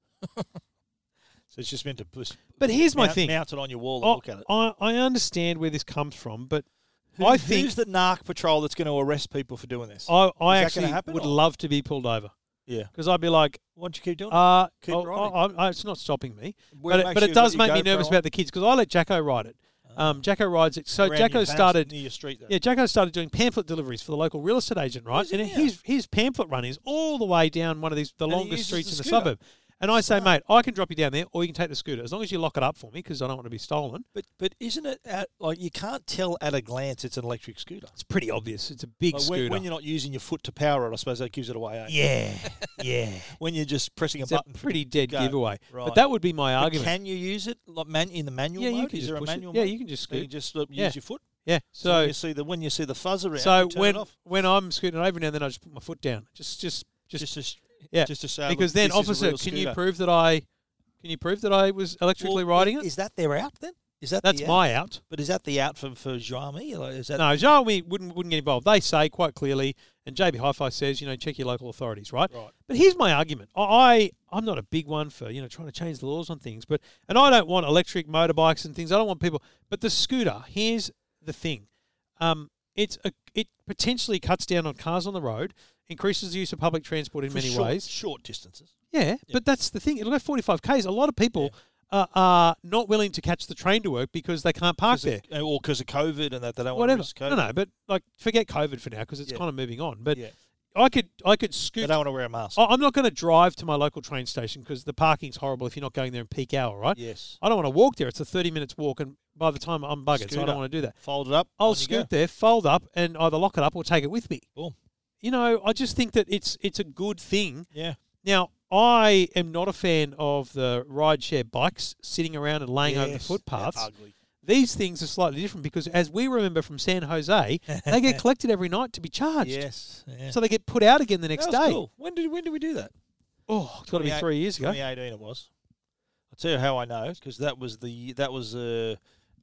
B: So it's just meant to boost.
A: But here's my
B: mount,
A: thing.
B: Mount it on your wall and
A: Oh,
B: look at it.
A: I, I understand where this comes from, but
B: Who-
A: I think
B: who's the narc patrol that's going to arrest people for doing this?
A: I, I
B: Is that gonna
A: actually
B: happen
A: would
B: or-
A: love to be pulled over
B: yeah.
A: because I'd be like,
B: Why don't you keep doing it?
A: uh,
B: Keep
A: oh,
B: riding.
A: I, I, I- it's not stopping me.
B: Well,
A: but
B: make
A: it, but
B: sure
A: it
B: you've
A: does
B: got
A: make
B: your
A: me nervous
B: GoPro
A: about the kids because I let Jacko ride it. Um, Jacko rides it. So
B: Ah. around
A: Jacko
B: your house
A: started
B: near your street. There.
A: Yeah, Jacko started doing pamphlet deliveries for the local real estate agent, right?
B: Is it
A: And
B: now?
A: his his pamphlet run is all the way down one of these the
B: And he
A: longest
B: uses
A: streets
B: the
A: in the
B: scooter.
A: suburb. And I say, mate, I can drop you down there, or you can take the scooter as long as you lock it up for me because I don't want to be stolen.
B: But but isn't it at, like you can't tell at a glance it's an electric scooter?
A: It's pretty obvious. It's a big
B: Like,
A: scooter.
B: when, when you're not using your foot to power it, I suppose that gives it away. eh?
A: yeah, yeah.
B: When you're just pressing a
A: It's a
B: button, for
A: pretty
B: it to
A: dead
B: go.
A: giveaway.
B: Right.
A: But that would be my
B: But
A: argument.
B: Can you use it like man in the manual
A: yeah,
B: mode?
A: you can
B: Is
A: just
B: there a
A: push it.
B: manual
A: Yeah,
B: mode?
A: you can just
B: So you
A: scoot.
B: just uh,
A: Yeah.
B: use your foot.
A: Yeah.
B: So,
A: So
B: when you see the when you see the fuzz around,
A: so
B: you turn
A: when
B: it off.
A: when I'm scooting over now, then I just put my foot down. Just just just,
B: just to, sh-
A: yeah.
B: just to say look,
A: because then
B: this is a
A: officer,
B: real
A: can you
B: scooter.
A: prove that I can you prove that I was electrically
B: Well,
A: riding
B: i-
A: it?
B: Is that their out then? Is that
A: That's
B: the out?
A: my out.
B: But is that the out for for Xiaomi? Like, is that
A: No, Xiaomi wouldn't wouldn't get involved. They say quite clearly, and JB Hi-Fi says, you know, check your local authorities, right?
B: Right.
A: But here's my argument. I I- I'm not a big one for you know trying to change the laws on things, but and I don't want electric motorbikes and things. I don't want people. But the scooter. Here's the thing. Um, it's a it potentially cuts down on cars on the road, increases the use of public transport in
B: for
A: many
B: short,
A: ways.
B: short distances?
A: Yeah, but that's the thing. It'll go 45 k's. A lot of people are, are not willing to catch the train to work because they can't park
B: 'Cause
A: there.
B: of- or because of COVID and that they don't
A: Whatever.
B: want to risk
A: No,
B: COVID.
A: no. But like, forget COVID for now because it's
B: Yeah.
A: kind of moving on. But
B: Yeah. um,
A: I could, I could
B: They
A: scoot.
B: don't want to wear a mask.
A: I- I'm not going to drive to my local train station because the parking's horrible if you're not going there in peak hour, right?
B: Yes.
A: I don't want to walk there. It's a 30 minutes walk, and by the time I'm buggered, so I
B: Scooter.
A: don't want to do that.
B: Fold it up.
A: I'll
B: on you go.
A: Oh, scoot there, fold up, and either lock it up or take it with me.
B: Boom.
A: You know, I just think that it's it's a good thing
B: Yeah.
A: now, I am not a fan of the rideshare bikes sitting around and laying over the
B: Yes.
A: footpaths.
B: They're Ugly.
A: These things are slightly different because, as we remember from San Jose, they get collected every night to be charged.
B: Yes. Yeah.
A: So they get put out again the next
B: That was
A: day.
B: cool. When did when did we do that?
A: Oh, it's got to be
B: 28
A: three years ago.
B: 2018 it was. I'll tell you how I know because that was the that was uh,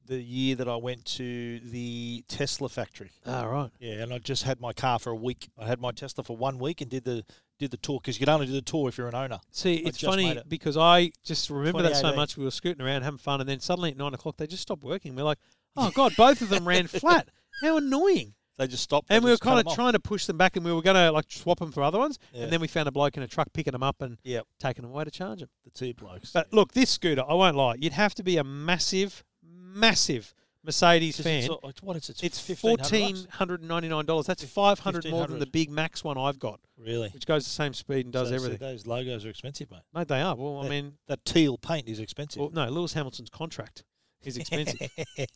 B: the year that I went to the Tesla factory.
A: All Ah, right.
B: Yeah, and I just had my car for a week. I had my Tesla for one week and did the did the tour because you can only do the tour if you're an owner.
A: See,
B: I
A: it's
B: just
A: funny
B: made it.
A: because I just remember that so
B: 2018.
A: much. We were scooting around having fun, and then suddenly at nine o'clock, they just stopped working. We're like, oh, God, both of them ran flat. How annoying.
B: They just stopped
A: And
B: they
A: we were
B: just cut
A: kind
B: 'em
A: of
B: off.
A: trying to push them back, and we were going to like swap them for other ones.
B: Yeah.
A: And then we found a bloke in a truck picking them up and
B: Yep.
A: taking them away to charge them.
B: the two blokes.
A: But look, this scooter, I won't lie, you'd have to be a massive, massive Mercedes
B: It's-
A: fan.
B: It's, it's, what is it?
A: it's fourteen
B: $1,500?
A: hundred ninety nine dollars. That's
B: Fif-
A: five hundred more than
B: $1,500.
A: the Big Max one I've got,
B: Really?
A: which goes the same speed and does
B: So- so
A: everything.
B: those logos are expensive, mate.
A: Mate, they are. Well, I
B: That-
A: mean,
B: That teal paint is expensive.
A: well, no, Lewis Hamilton's contract is expensive,
B: you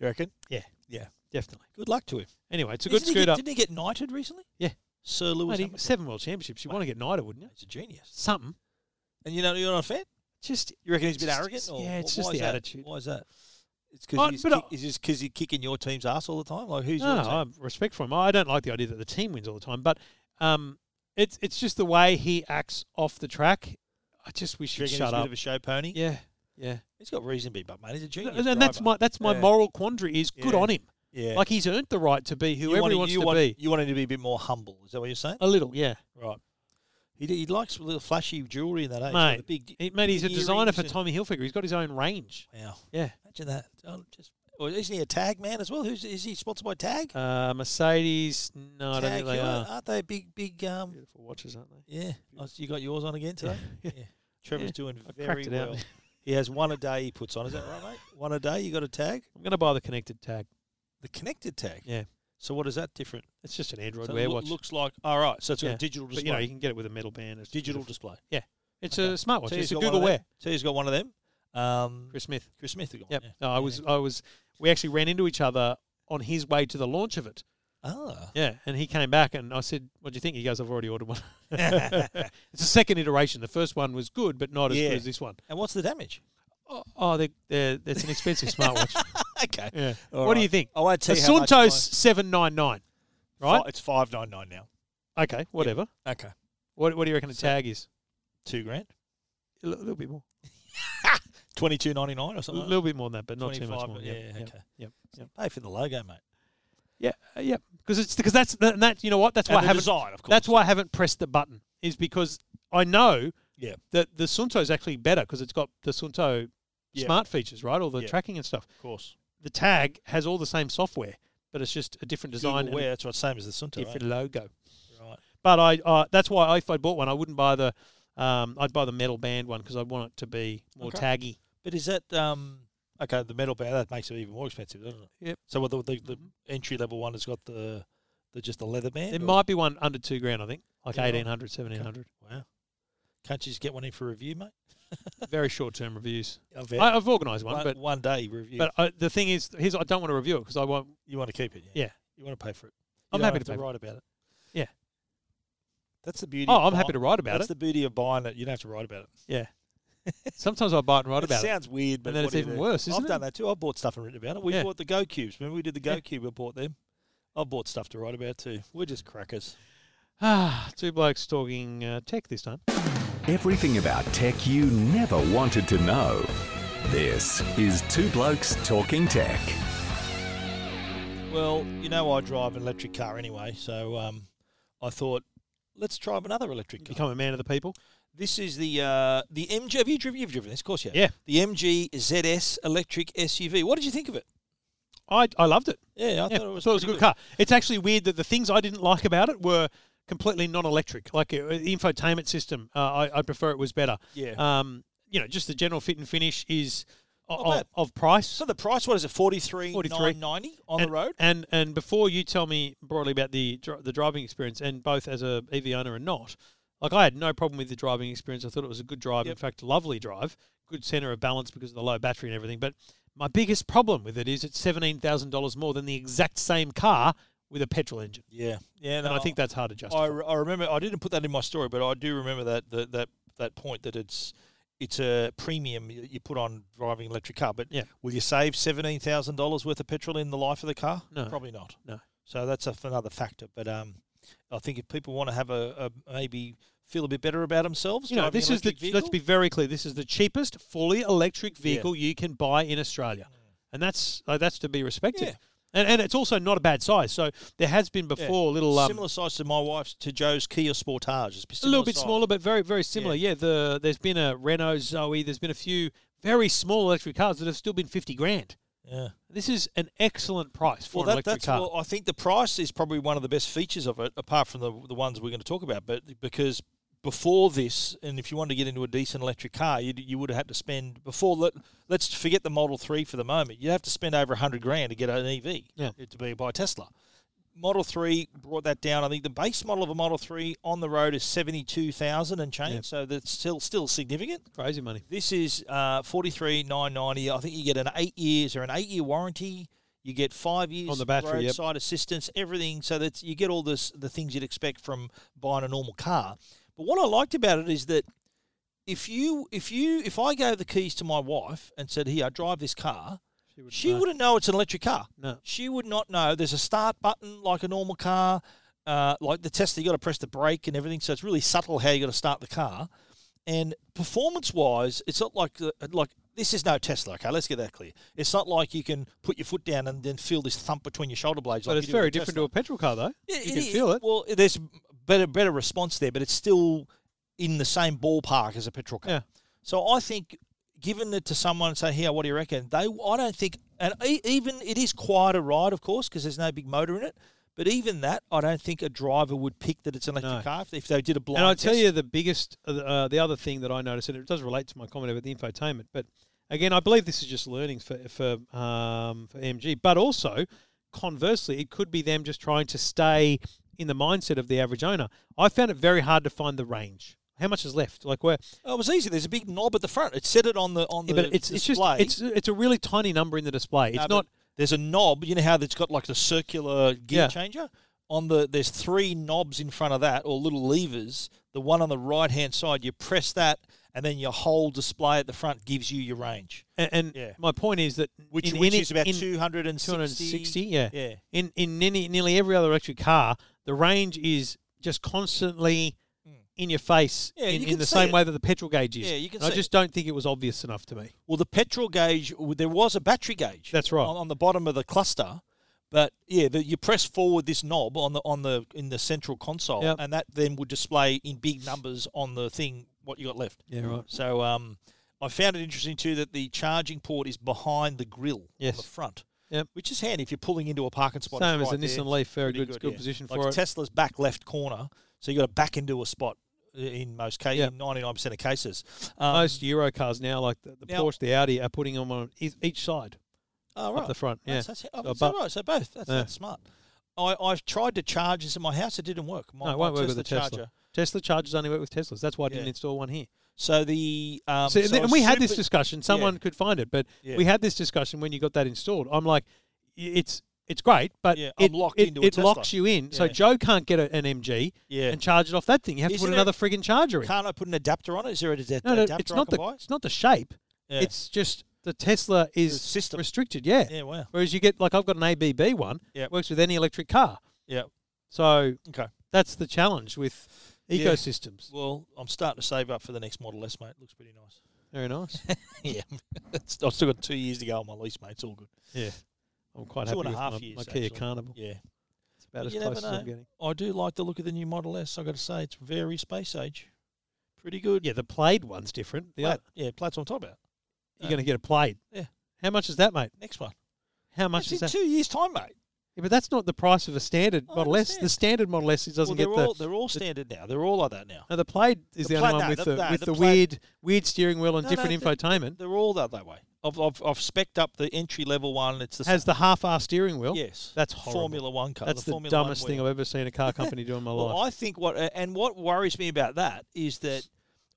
B: reckon?
A: Yeah.
B: Yeah.
A: definitely.
B: Good luck to him.
A: Anyway, it's a good
B: Isn't he get-
A: scooter.
B: didn't he get knighted recently?
A: Yeah.
B: Sir Lewis.
A: Mate, he-
B: Hamilton.
A: seven world championships. You want to get knighted, wouldn't you?
B: He's a genius.
A: Something.
B: And you know you're not a fan.
A: Just
B: You reckon he's a bit
A: Just-
B: arrogant? Or,
A: yeah, it's
B: or
A: just
B: why
A: the
B: is that?
A: attitude.
B: Why is that? It's
A: Oh,
B: because he's,
A: but I-
B: kick, is this 'cause he's kicking your team's ass all the time. Like who's
A: no,
B: your team?
A: I have respect for him. I don't like the idea that the team wins all the time, but um, it's it's just the way he acts off the track. I just wish
B: Do you
A: he'd
B: reckon
A: shut
B: he's a
A: up.
B: bit of a show pony.
A: Yeah, yeah.
B: He's got reason to be, but mate, he's a genius.
A: And, and that's
B: driver.
A: my that's my
B: Yeah.
A: moral quandary. Is good
B: Yeah.
A: on him.
B: yeah.
A: Like he's earned the right to be
B: You
A: whoever
B: want
A: he
B: him-
A: wants
B: you
A: to
B: want,
A: be.
B: You want him to be a bit more humble. Is that what you're saying?
A: A little, yeah.
B: Right. He, d- he likes little flashy jewelry in that age.
A: Mate,
B: like the big,
A: He, mate, he's a
B: big
A: designer
B: earrings
A: for
B: and-
A: Tommy Hilfiger. He's got his own range.
B: Wow.
A: Yeah.
B: Imagine that. Oh, just, or isn't he a tag man as well? Who's is he sponsored by Tag?
A: Uh, Mercedes. No, I don't
B: tag
A: think they
B: Heuer?
A: are.
B: Aren't they big, big? Um,
A: Beautiful watches, aren't they?
B: yeah. Oh, so you got yours on again today. yeah. Trevor's doing
A: I
B: very
A: cracked it out.
B: well. He has one a day. He puts on. Is that right, mate? One a day. You got a tag,
A: I'm going to buy the connected tag.
B: the connected tag.
A: Yeah.
B: So what is that different?
A: It's just an Android
B: So it
A: Wear
B: loo-
A: watch.
B: looks like all right. So it's got
A: Yeah.
B: a digital display.
A: but, you know, you can get it with a metal band. It's
B: digital
A: beautiful.
B: display.
A: It's
B: Okay.
A: a smartwatch.
B: So he's
A: it's a
B: got one of
A: Google
B: them.
A: Wear.
B: So he's got one of them. Um, Chris,
A: Chris Smith.
B: Chris Smith. Got one,
A: Yep.
B: yeah.
A: No, I was. I was. We actually ran into each other on his way to the launch of it.
B: Ah.
A: Yeah, and he came back and I said, "What do you think?" He goes, "I've already ordered one." it's the second iteration. The first one was good, but not as
B: Yeah.
A: good as this one.
B: And what's the damage?
A: Oh, oh they they're, it's an expensive smartwatch.
B: okay.
A: Yeah.
B: All
A: what do you
B: right.
A: think?
B: I won't
A: The
B: tell you how much
A: Suntos seven nine nine.
B: mine-
A: Right.
B: Fi- It's five nine nine now.
A: Okay. Whatever.
B: Okay.
A: What What do you reckon the tag is?
B: Two grand.
A: A li- little bit more.
B: Twenty two ninety nine or
A: A
B: something. like
A: little bit more than that, but
B: that?
A: not too much
B: 25,
A: more.
B: Yeah.
A: Yep, yep,
B: Okay.
A: Yep. yep.
B: Pay for the logo, mate.
A: Yeah, uh, yeah. Because it's because that's that, that. You know what? That's why
B: And
A: I
B: the
A: haven't.
B: design, of course.
A: That's why I haven't pressed the button. Is because I know
B: Yeah.
A: that the Sunto is actually better because it's got the Sunto
B: Yeah.
A: smart features, right? All the
B: Yeah.
A: tracking and stuff.
B: Of course.
A: The tag has all the same software, but it's just a different design,
B: Google
A: and
B: Wear,
A: a
B: that's right, same as the Sunto.
A: different
B: Right?
A: logo.
B: Right.
A: But I, uh, that's why if I bought one, I wouldn't buy the, um, I'd buy the metal band one because I'd want it to be more
B: Okay.
A: taggy.
B: But is that um okay? The metal band that makes it even more expensive, doesn't it?
A: Yep.
B: So what the, the, the entry level one has got the the just the leather band.
A: There
B: or-
A: might be one under two grand, I think, like
B: Yeah, right.
A: eighteen hundred, seventeen hundred.
B: Wow. Can't you just get one in for review, mate?
A: Very short term reviews.
B: I
A: I, I've organised one,
B: one,
A: but
B: one day review.
A: but I, the thing is, here's I don't want to review it because I won't.
B: you want to keep it, yeah?
A: Yeah.
B: You want to pay for it. You
A: I'm
B: don't
A: happy
B: have
A: to pay for
B: write about it.
A: Yeah.
B: That's the beauty.
A: Oh,
B: of
A: I'm happy to write about
B: That's
A: it.
B: the beauty of buying it. You don't have to write about it.
A: yeah. Sometimes I bite and write
B: It
A: about it.
B: sounds weird, but what
A: then it's
B: do you
A: even
B: do?
A: worse, isn't
B: I've
A: it?
B: done that too. I've bought stuff and written about it. We
A: Yeah.
B: bought the Go Cubes. Remember we did the Go
A: Yeah.
B: Cube? We bought them. I bought stuff to write about too. We're just crackers.
A: Ah, two blokes talking uh, tech this time.
C: Everything about tech you never wanted to know. This is Two Blokes Talking Tech.
B: Well, you know I drive an electric car anyway, so um, I thought let's try another electric car.
A: Become a man of the people.
B: This is the uh, the MG. Have you driven? You've driven this, of course, yeah.
A: Yeah.
B: The MG ZS electric SUV. What did you think of it?
A: I I loved it.
B: Yeah, I
A: Yeah,
B: thought it was,
A: so it was a
B: pretty
A: good car. It's actually weird that the things I didn't like about it were completely non-electric. Like uh, the infotainment system, uh, I I prefer it was better.
B: Yeah.
A: Um, you know, just the general fit and finish is o-
B: Not
A: of,
B: bad.
A: of price
B: So the price, what is it? Forty three
A: 43.
B: nine ninety on
A: and,
B: the road.
A: And and before you tell me broadly about the dri- the driving experience, and both as a EV owner and not, like I had no problem with the driving experience. I thought it was a good drive. In
B: Yep.
A: fact, lovely drive, good center of balance because of the low battery and everything. But my biggest problem with it is it's seventeen thousand dollars more than the exact same car with a petrol engine,
B: Yeah, yeah.
A: and I think that's hard
B: Oh. I,
A: to justify.
B: re- I remember I didn't put that in my story, but I do remember that that that, that point that it's it's a premium you you put on driving an electric car. But
A: Yeah.
B: will you save seventeen thousand dollars worth of petrol in the life of the car?
A: No.
B: probably not.
A: No.
B: So that's a f another factor. But um, I think if people want to have a, a maybe feel a bit better about themselves,
A: you know,
B: driving
A: this
B: an
A: is the
B: electric vehicle,
A: let's be very clear. This is the cheapest fully electric vehicle you can buy in Australia, and that's uh, that's to be respected.
B: Yeah.
A: And, and it's also not a bad size. So there has been
B: Yeah.
A: before little um,
B: similar size to my wife's to Joe's Kia Sportage. It's
A: a little bit
B: size.
A: smaller, but very very similar. Yeah. the there's been a Renault Zoe. There's been a few very small electric cars that have still been fifty grand.
B: Yeah.
A: This is an excellent price for
B: Well,
A: an
B: that,
A: electric
B: that's
A: car.
B: well, I think the price is probably one of the best features of it, apart from the the ones we're going to talk about. But because before this, and if you wanted to get into a decent electric car, you you would have had to spend before. Let, let's forget the Model Three for the moment. You'd have to spend over hundred grand to get an EV.
A: Yeah.
B: to be by Tesla. Model Three brought that down. I think the base model of a Model Three on the road is seventy two thousand and change.
A: Yeah.
B: So that's still still significant.
A: Crazy money.
B: This is uh, forty three nine ninety. I think you get an eight years or an eight year warranty. You get five years
A: On the battery, yep.
B: roadside assistance, everything. So that you get all this the things you'd expect from buying a normal car. But what I liked about it is that if you if you if I gave the keys to my wife and said, "Here, I drive this car," she wouldn't know it's an electric car.
A: No.
B: She would not know. There's a start button like a normal car, uh, like the Tesla. You got to press the brake and everything. So it's really subtle how you got to start the car. And performance-wise, it's not like the- like this is no Tesla. Okay, let's get that clear. It's not like you can put your foot down and then feel this thump between your shoulder blades.
A: But
B: like
A: it's
B: you do with
A: very
B: the
A: different
B: Tesla.
A: to a petrol car, though.
B: It-
A: you
B: it
A: can
B: is-
A: feel it.
B: Well, there's better better response there, but it's still in the same ballpark as a petrol car.
A: Yeah.
B: So I think giving it to someone and say, "Here, what do you reckon?" They, I don't think, and e- even it is quite a ride, of course, because there's no big motor in it. But even that, I don't think a driver would pick that it's an electric
A: No.
B: car if- if they did a blind.
A: And I'll tell
B: test.
A: you the biggest, uh, uh, the other thing that I noticed, and it does relate to my comment about the infotainment, but again, I believe this is just learnings for for um, for MG, but also conversely, it could be them just trying to stay in the mindset of the average owner. I found it very hard to find the range. How much is left? Like where?
B: Oh, it was easy. There's a big knob at the front. It set it on the on the.
A: but it's it's just
B: display.
A: it's it's a really tiny number in the display. It's
B: No, but
A: not.
B: There's a knob. You know how it's got like the circular gear
A: Yeah.
B: changer on the. There's three knobs in front of that, or little levers. The one on the right hand side, you press that, and then your whole display at the front gives you your range,
A: And, and
B: Yeah.
A: my point is that
B: which,
A: in
B: which
A: any-
B: is about
A: in-
B: 260.
A: 260 yeah
B: Yeah.
A: in in nearly, nearly every other electric car the range is just constantly in your face
B: Hmm. Yeah,
A: in,
B: you
A: in
B: can
A: the
B: see
A: same
B: it.
A: way that the petrol gauge is
B: Yeah, you can
A: And
B: see
A: i just don't think it was obvious enough to me
B: Well, the petrol gauge, there was a battery gauge.
A: That's right.
B: On, on the bottom of the cluster, But yeah, the, you press forward this knob on the on the in the central console,
A: Yep.
B: and that then would display in big numbers on the thing what you got left.
A: Yeah, right.
B: So um, I found it interesting too that the charging port is behind the grill
A: Yes.
B: on the front.
A: Yep.
B: Which is handy if you're pulling into a parking spot.
A: Same as
B: it's
A: the
B: right there.
A: Nissan Leaf, very
B: Pretty
A: good, good
B: yeah.
A: position
B: like
A: for it.
B: Tesla's back left corner, so you got to back into a spot uh, in most cases,
A: Yeah.
B: in 99% of cases. Um,
A: Most Euro cars now, like the, the
B: now-
A: Porsche, the Audi, are putting them on each- each side,
B: oh,
A: up the front. Yeah,
B: That's, that's, oh,
A: So
B: that's
A: but-
B: right. So both. That's,
A: Yeah.
B: that's smart. I, I've tried to charge this in my house. It didn't work. My,
A: No, it
B: my
A: won't work with a Tesla.
B: charger.
A: Tesla chargers only work with Teslas. That's why I didn't
B: Yeah.
A: install one here.
B: So the um,
A: So,
B: so
A: and we had this
B: super-
A: discussion. Someone could find it, but
B: Yeah.
A: we had this discussion when you got that installed. I'm like, y- it's it's great, but
B: Yeah, I'm
A: it,
B: locked
A: it,
B: into a
A: it
B: Tesla.
A: locks you in. So
B: Yeah.
A: Joe can't get a, an MG
B: Yeah.
A: and charge it off that thing. You have
B: Isn't
A: to put
B: it-
A: another friggin' charger in.
B: Can't I put an adapter on it? Is there an ad-
A: No, no,
B: adapter
A: it's
B: I
A: not
B: can
A: the
B: buy?
A: it's not the shape.
B: Yeah.
A: It's just the Tesla is
B: system.
A: restricted. Yeah.
B: yeah. Wow.
A: Whereas you get like I've got an ABB one.
B: Yeah.
A: Works with any electric car.
B: Yeah.
A: So
B: Okay.
A: that's the challenge with
B: Yeah.
A: ecosystems.
B: Well, I'm starting to save up for the next Model S, mate. Looks pretty nice.
A: Very nice.
B: yeah. It's- I've still got two years to go on my lease, mate. It's all good.
A: yeah. I'm quite
B: Two
A: happy
B: and a
A: with
B: half
A: my,
B: years,
A: my Kia
B: actually.
A: Carnival.
B: Yeah.
A: It's about as
B: You never
A: close as I'm
B: know.
A: getting.
B: I do like the look of the new Model S. I got to say, it's very space age. Pretty good.
A: Yeah, the plaid one's different. The
B: Plat-
A: other-
B: yeah. Plat's what I'm talking about.
A: you're going to get a plaid.
B: Yeah.
A: How much is that, mate?
B: Next one.
A: How much
B: That's
A: is
B: in
A: that?
B: two years' time, mate.
A: Yeah, but that's not the price of a standard
B: I
A: Model S. The
B: understand.
A: standard Model S it
B: well,
A: doesn't get
B: they're
A: the.
B: all they're all standard now. They're all like that now.
A: no, the plaid is
B: The
A: the,
B: plaid-
A: only one
B: no,
A: with
B: the-
A: the,
B: no,
A: with
B: the
A: the,
B: plaid-
A: weird weird steering wheel and
B: No, no,
A: different
B: the-
A: infotainment.
B: They're all that that way. I've I've, I've specced up the entry level one. It's the
A: Has the half-ass steering wheel.
B: same- yes.
A: that's horrible.
B: Formula One car.
A: That's the,
B: Formula One
A: dumbest
B: wheel.
A: thing I've ever seen a car company do in my
B: Well,
A: life.
B: I think what and what worries me about that is that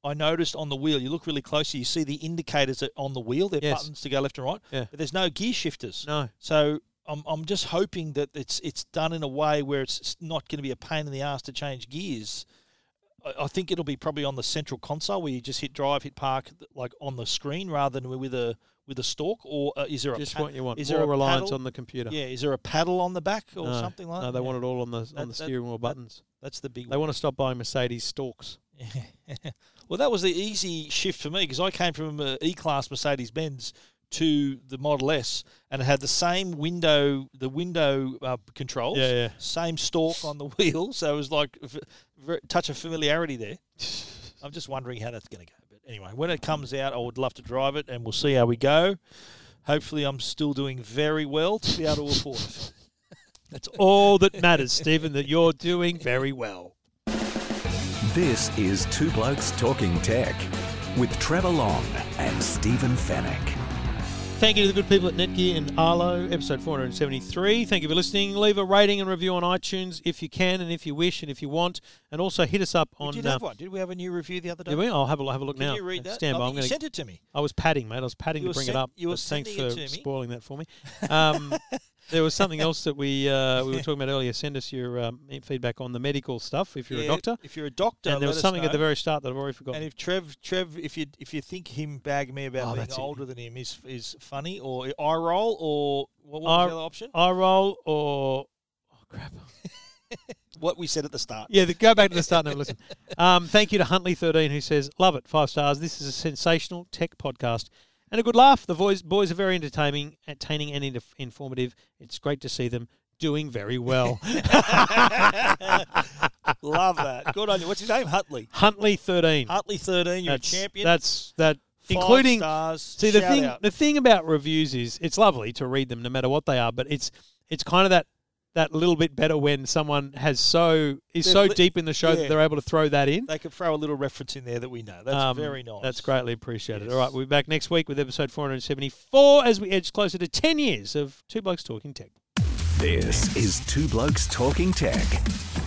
B: I noticed on the wheel. You look really closely. You see the indicators that- on the wheel. They're
A: Yes.
B: buttons to go left and right.
A: Yeah.
B: But there's no gear shifters.
A: No.
B: So I'm I'm just hoping that it's it's done in a way where it's not going to be a pain in the ass to change gears. I, I think it'll be probably on the central console where you just hit drive, hit park, like on the screen rather than with a with a stalk. Or uh, is there a
A: Just
B: pa-
A: what you want.
B: Is
A: More
B: there a
A: reliance
B: paddle?
A: on the computer.
B: Yeah, is there a paddle on the back or
A: no,
B: something like
A: no,
B: that?
A: they
B: Yeah.
A: want it all on the on
B: That-
A: the
B: that-
A: steering wheel buttons.
B: That's the big
A: they want to stop buying Mercedes stalks.
B: well, that was the easy shift for me because I came from uh, E-Class Mercedes Benz to the Model S, and it had the same window, the window uh, controls,
A: Yeah, yeah.
B: same stalk on the wheel, so it was like a touch of familiarity there. I'm just wondering how that's going to go. But anyway, when it comes out, I would love to drive it, and we'll see how we go. Hopefully, I'm still doing very well to be able to afford it.
A: That's all that matters, Stephen. That you're doing very well.
C: This is Two Blokes Talking Tech with Trevor Long and Stephen Fennec.
A: Thank you to the good people at Netgear and Arlo, episode 473. Thank you for listening. Leave a rating and review on iTunes if you can and if you wish and if you want. And also hit us up on.
B: Did
A: uh,
B: have one? Did we have a new review the other day?
A: yeah, we- I'll have a, have a look
B: Can
A: now.
B: you read that?
A: Stand
B: I
A: by.
B: mean,
A: I'm
B: you
A: going to
B: sent it to me.
A: I was padding, mate. I was padding
B: You
A: to
B: were
A: bring
B: sen-
A: it up.
B: you were
A: but thanks
B: sending
A: for
B: it to me.
A: spoiling that for me. Um, there was something else that we uh, we were talking about earlier. Send us your um, e- feedback on the medical stuff if you're a
B: Yeah,
A: doctor.
B: If you're a doctor,
A: and there
B: let
A: was
B: us
A: something at the
B: know.
A: very start that I've already forgotten.
B: And if Trev, Trev, if you if you think him bagging me
A: Oh,
B: about being
A: that's it.
B: older than him is is funny or eye roll or what, what
A: Eye-
B: was the other option?
A: Eye roll or oh crap.
B: What we said at the start.
A: Yeah, the, go back to the start and have a listen. Um, thank you to Huntley13 who says, Love it, five stars. This is a sensational tech podcast and a good laugh. The boys, boys are very entertaining, entertaining and in- informative. It's great to see them doing very well.
B: Love that. Good on you. What's his name? Hutley.
A: Huntley13.
B: Hutley thirteen. You're
A: that's,
B: a champion.
A: That's that,
B: Five
A: including.
B: stars.
A: See the
B: Shout
A: thing.
B: out.
A: The thing about reviews is it's lovely to read them, no matter what they are. But it's it's kind of that that little bit better when someone has so
B: They've
A: is so
B: li-
A: deep in the show that
B: yeah.
A: they're able to throw that in.
B: They could throw a little reference in there that we know. That's
A: Um,
B: very nice.
A: That's greatly appreciated. All
B: Yes.
A: right, we'll be back next week with episode 474 as we edge closer to 10 years of Two Blokes Talking Tech.
C: This is Two Blokes Talking Tech